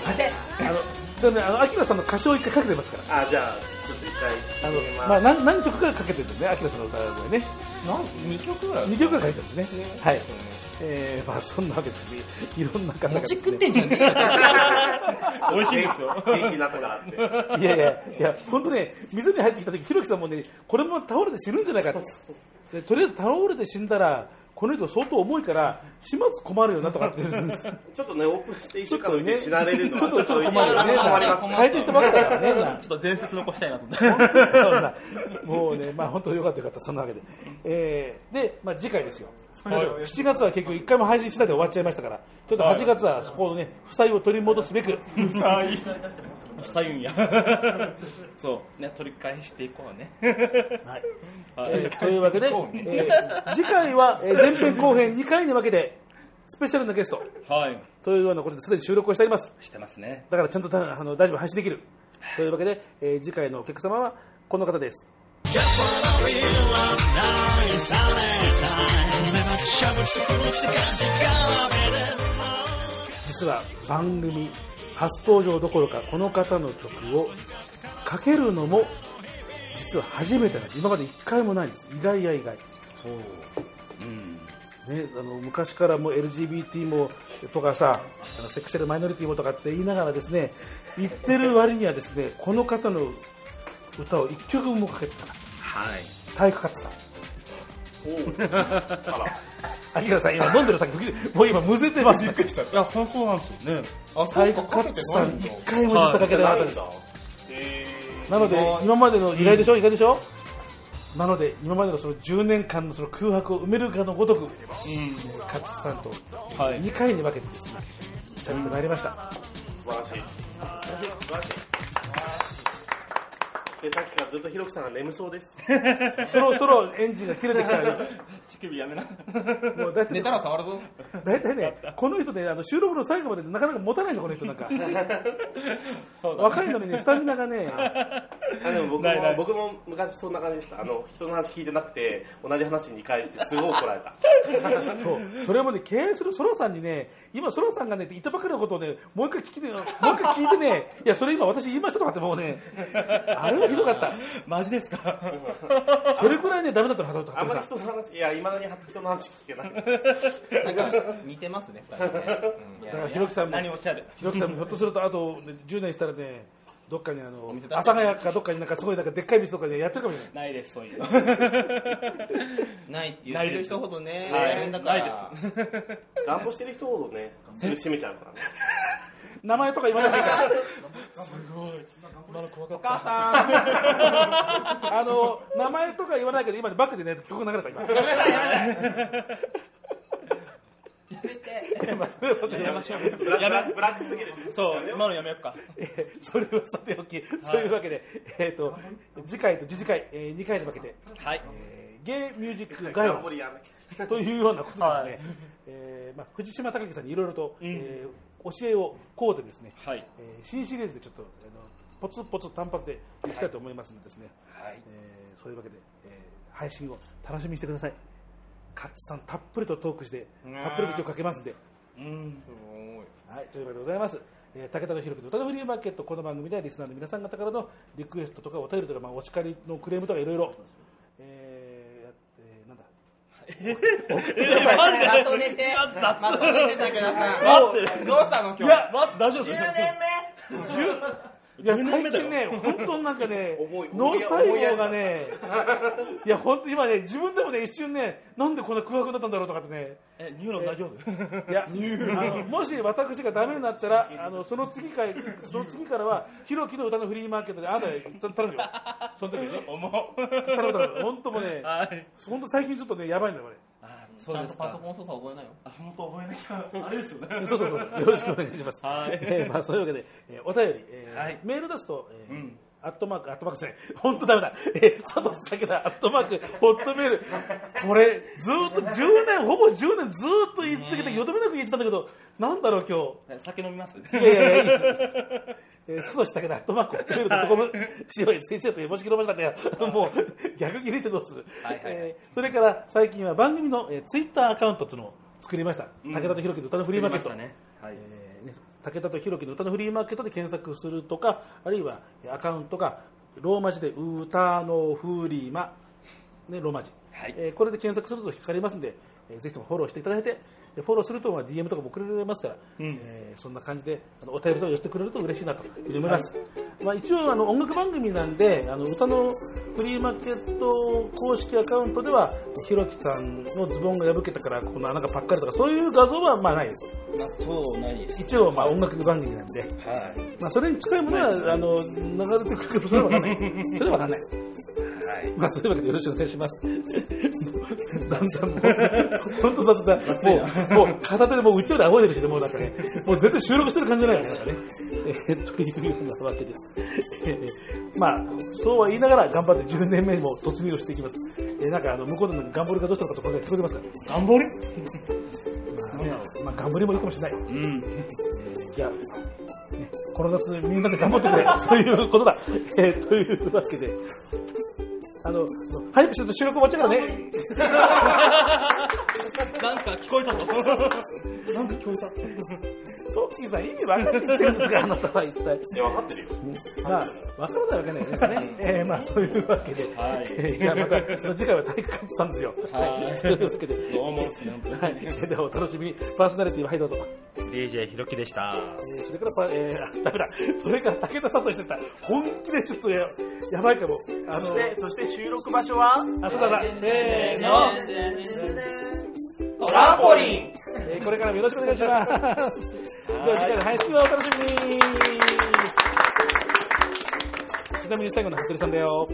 [SPEAKER 2] 待て
[SPEAKER 3] あの、でもね、あの、アキラさんの歌唱を一回かけてますから。
[SPEAKER 9] あ、じゃあ、ちょっと一回
[SPEAKER 3] あ
[SPEAKER 9] 聞
[SPEAKER 3] の
[SPEAKER 9] いてみ、
[SPEAKER 3] ま
[SPEAKER 9] ま
[SPEAKER 3] あ、
[SPEAKER 9] す。
[SPEAKER 3] 何何曲かかけてるんだよね、アキラさんの歌声ね。
[SPEAKER 2] 2曲ぐらい
[SPEAKER 3] 2曲が書いてるんですね。はい。えー、まあそんなわけですね。いろんな方が、ね。
[SPEAKER 2] 餅食ってんじゃん。 美味しいですよ。
[SPEAKER 9] 元気になったからって。
[SPEAKER 3] いやいや、いや、本当ね、水に入ってきた時、ひろきさんもね、これも倒れて死ぬんじゃないかと。でとりあえず倒れて死んだら、この人相当重いから、始末困るよなとかって言うんです。
[SPEAKER 9] ちょっとね、オープンして一週間のうちに死なれるのは、
[SPEAKER 3] ちょっと困るよね。
[SPEAKER 9] 困り
[SPEAKER 3] な
[SPEAKER 9] ま
[SPEAKER 3] ん
[SPEAKER 9] す
[SPEAKER 3] か解決したばっかだからね。
[SPEAKER 2] ち
[SPEAKER 3] な
[SPEAKER 2] ょっと伝説残したいなと思っ
[SPEAKER 3] そうだもうね、まあ本当よかったよかった、そんなわけで。えーで、まあ次回ですよ。7月は結局1回も配信しないで終わっちゃいましたから、ちょっと8月はそこをね、負債を取り戻すべく、
[SPEAKER 2] て。さゆんや。 そう。ね、取り返していこうね。
[SPEAKER 3] はい
[SPEAKER 2] はい
[SPEAKER 3] えーというわけで、えー次回はえー前編後編2回に分けて、スペシャルなゲスト
[SPEAKER 2] はい。
[SPEAKER 3] というようなことですでに収録をしてあります。
[SPEAKER 2] してますね。
[SPEAKER 3] だからちゃんとたあの大丈夫配信できる。というわけで、えー次回のお客様はこの方です。実は番組初登場どころかこの方の曲をかけるのも実は初めてなんです今まで一回もないんです意外や意外ね、あの昔からもう LGBT もとかさあのセクシャルマイノリティもとかって言いながらですね言ってる割にはですねこの方の歌を1曲もかけてたら体育活さん あら明さん今飲んでるさもう今むせてますびっくりした
[SPEAKER 2] いや、本当なんですよね。
[SPEAKER 3] 体育活さん1回も実はかけてなかったんですなので今までの意外でしょ意外でしょなので今までのその10年間のその空白を埋めるかのごとく勝さんと
[SPEAKER 2] はい
[SPEAKER 3] 2回に分けてですねちゃんと参りました
[SPEAKER 9] 素晴らしい。素晴らしい。で、さっきからずっとひろきさんが眠そうです。
[SPEAKER 3] そろそろエンジンが切れてきたら ね
[SPEAKER 2] 乳首やめな。
[SPEAKER 3] もう大体ね
[SPEAKER 5] 触るぞ。
[SPEAKER 3] 大 体ねこの人ねあの収録の最後までなかなか持たないのこの人なんか若いのにねスタミナ がね
[SPEAKER 9] あでも僕も
[SPEAKER 2] ないない
[SPEAKER 9] 僕も昔そんな感じでした。あの人の話聞いてなくて同じ話2回してすごい怒ら れた。
[SPEAKER 3] そうそれもね敬愛するソラさんにね今ソラさんがね言ったばっかりのことをねもう一回聞きてもう一回聞いてねいやそれ今私言いましたとかってもうねあれはひどかった
[SPEAKER 2] マジですか
[SPEAKER 3] それくらいねダメだったのは
[SPEAKER 9] あんまり
[SPEAKER 3] は
[SPEAKER 9] 人の話いや未だに人の話聞けな い。
[SPEAKER 5] なんか、似てますね、二人ね。うん
[SPEAKER 3] だ
[SPEAKER 5] いや
[SPEAKER 3] からひろきさんも
[SPEAKER 2] 何おっしゃる
[SPEAKER 3] ひろきさんもひょっとするとあとね10年したらねどっかにあの
[SPEAKER 5] 店出して
[SPEAKER 3] 阿佐ヶ谷かどっかになんかすごいなんかでっかい店とかでやってるかもしれない
[SPEAKER 2] ないです、そういうの。
[SPEAKER 5] ないって言ってる人ほど
[SPEAKER 2] な
[SPEAKER 5] ね、
[SPEAKER 2] いです
[SPEAKER 5] 大変だから
[SPEAKER 2] は
[SPEAKER 9] 願望してる人ほどねすぐ閉めちゃうからね。
[SPEAKER 3] 名前とか言わなきゃいけない あの名前とか言わないけど今バックでね曲流れた今やめ てそれはさておき
[SPEAKER 2] やめましょう。
[SPEAKER 9] ブラックブラックすぎる。
[SPEAKER 2] そう、今のやめようか。
[SPEAKER 3] えー それはさておきそういうわけでえっと次回と次々回えー2回に分けて
[SPEAKER 2] はい。
[SPEAKER 3] えーゲイミュージックガ
[SPEAKER 9] ガ
[SPEAKER 3] イ
[SPEAKER 9] ンボ
[SPEAKER 3] ド
[SPEAKER 9] リやめ。
[SPEAKER 3] というようなことで
[SPEAKER 2] はい
[SPEAKER 3] ですねえーまあ藤島武樹さんにいろいろとえー教えをこうでですね
[SPEAKER 2] はい。
[SPEAKER 3] えー新シリーズでちょっとあのポツポツ単発でいきたいと思いますのでですね、
[SPEAKER 2] はい
[SPEAKER 3] えーそういうわけで、えー配信を楽しみにしてくださいカッツさんたっぷりとトークしてたっぷりと曲かけますんで
[SPEAKER 2] うん。
[SPEAKER 3] はい、というわけでございます。えー、武田のひろきの歌のフリーマーケット、この番組ではリスナーの皆さん方からのリクエストとかお便りとか、まあ、お叱りのクレームとかいろいろ、えーやって、なんだ、
[SPEAKER 5] マジでまとめて、まとめて、武田さん。どうしたの、今日。
[SPEAKER 2] 待って、大丈夫です
[SPEAKER 3] いや、
[SPEAKER 2] 10年目
[SPEAKER 3] 最
[SPEAKER 2] だよ
[SPEAKER 3] 近ね、本当になん かね
[SPEAKER 9] 重い、
[SPEAKER 3] 脳細胞がね、いや、本当今ね、自分でもね、一瞬ね、なんでこんな空白だったんだろうとかってね、
[SPEAKER 2] え、ニューロン大丈夫
[SPEAKER 3] いや、あのもし私がダメになったら、あのその次回、その次からは、ひろきの歌のフリーマーケットで、あなたた頼 むよ。その時にね、
[SPEAKER 2] 重
[SPEAKER 3] 頼む頼む。本当もね、
[SPEAKER 2] はい。
[SPEAKER 3] 本当最近ちょっとね、やばいんだよ、これ。
[SPEAKER 2] あ、
[SPEAKER 5] ちゃんとパソコン操作覚えないよ。
[SPEAKER 2] あ、本当覚えなきゃ。あれ ですよね。
[SPEAKER 3] そうそうそう。よろしくお願いしま す。
[SPEAKER 2] はい
[SPEAKER 3] えーまあそういうわけで、えーお便り、えー
[SPEAKER 2] はい
[SPEAKER 3] メール出すと、えー
[SPEAKER 2] ん
[SPEAKER 3] アットマーク、アットマークじゃない。本当ダメだ。えー、サトシだけだ、アットマーク、ホットメール。これ、ずーっと10年、ほぼ10年ずーっと言い続けて、よどみなく言ってたんだけど、なんだろう、今
[SPEAKER 2] 酒飲みます
[SPEAKER 3] 日。いやいやいや、いいっすいいっす。えー、サトシだけだ、アットマーク、ホットメールドットコム。白い先生とよもしきのましたね。もう、逆切りしてどうする。
[SPEAKER 2] はいはいはい
[SPEAKER 3] えーそれから、最近は番組の、えー、ツイッターアカウントっていうのを作りました。武田と弘樹の歌のフリーマーケット。
[SPEAKER 2] 作りましたねはい
[SPEAKER 3] えーね武田と弘樹の歌のフリーマーケットで検索するとか、あるいはえーアカウントがローマ字で歌のフリマ、ね、ローマ字、
[SPEAKER 2] はい
[SPEAKER 3] えーこれで検索すると引っかかりますんで、えーぜひともフォローしていただいて、でフォローするとまあ DM とかもくれますから、えーそんな感じであのお便りとか寄せてくれると嬉しいなというふうに思います。まあ、一応あの音楽番組なんであの歌のフリーマーケット公式アカウントではひろきさんのズボンが破けたからこの穴がパッカリとかそういう画像はまあないです。
[SPEAKER 2] まあ、そうないです。
[SPEAKER 3] 一応まあ音楽番組なんで、
[SPEAKER 2] はい。
[SPEAKER 3] まあ、それに近いものは、あの、流れてくるそれはわか んない。それはわかんない。
[SPEAKER 2] はい。
[SPEAKER 3] まあ、そういうわけでよろしくお願いします。だんだんもう、ほんと雑談。もう、もう、片手でもう、うちより仰いでるしね、もうなんかね、もう絶対収録してる感じじゃないよね、なんかね。えーというようなわけです。えーまあ、そうは言いながら頑張って10年目にも突入をしていきます。えーなんかあの、向こうでの頑張りがどうしたのかとか聞こえてますか
[SPEAKER 2] 頑張れ
[SPEAKER 3] まあね、まあ、頑張りもいいかもしれない。
[SPEAKER 2] うん。
[SPEAKER 3] いや、ね、この夏みんなで頑張ってくれ、ということだ。えーというわけで、あの、早くちょっと収録終わっちゃうからね。
[SPEAKER 2] なんか聞こ えたぞ。なんか聞こえた。
[SPEAKER 3] トッキーさん、意味分か ってきてるんですか、あ なたは一体。
[SPEAKER 11] いや、分かってるよ。
[SPEAKER 3] まあ、分からないわけないですね。えーまあ、そういうわけで、
[SPEAKER 2] はい
[SPEAKER 3] えーじゃあまた、 次回は体育館さんですよ。
[SPEAKER 2] はい
[SPEAKER 3] というわけで、
[SPEAKER 2] どうも、しん
[SPEAKER 3] はい、えーではお楽しみに、パーソナリティは、はい、どうぞ。
[SPEAKER 2] DJ ひろきでした。
[SPEAKER 3] えーそれからパ、えー、あダメだ。それから武田さんとしてた。本気でちょっとや、やばいかも。あの、
[SPEAKER 1] そして収録場所は
[SPEAKER 3] あ、そうだな。せーの。
[SPEAKER 1] トランポリン
[SPEAKER 3] えーこれからもよろしくお願いします。では次回の配信をお楽しみに。ちなみに最後の服部さんだよ。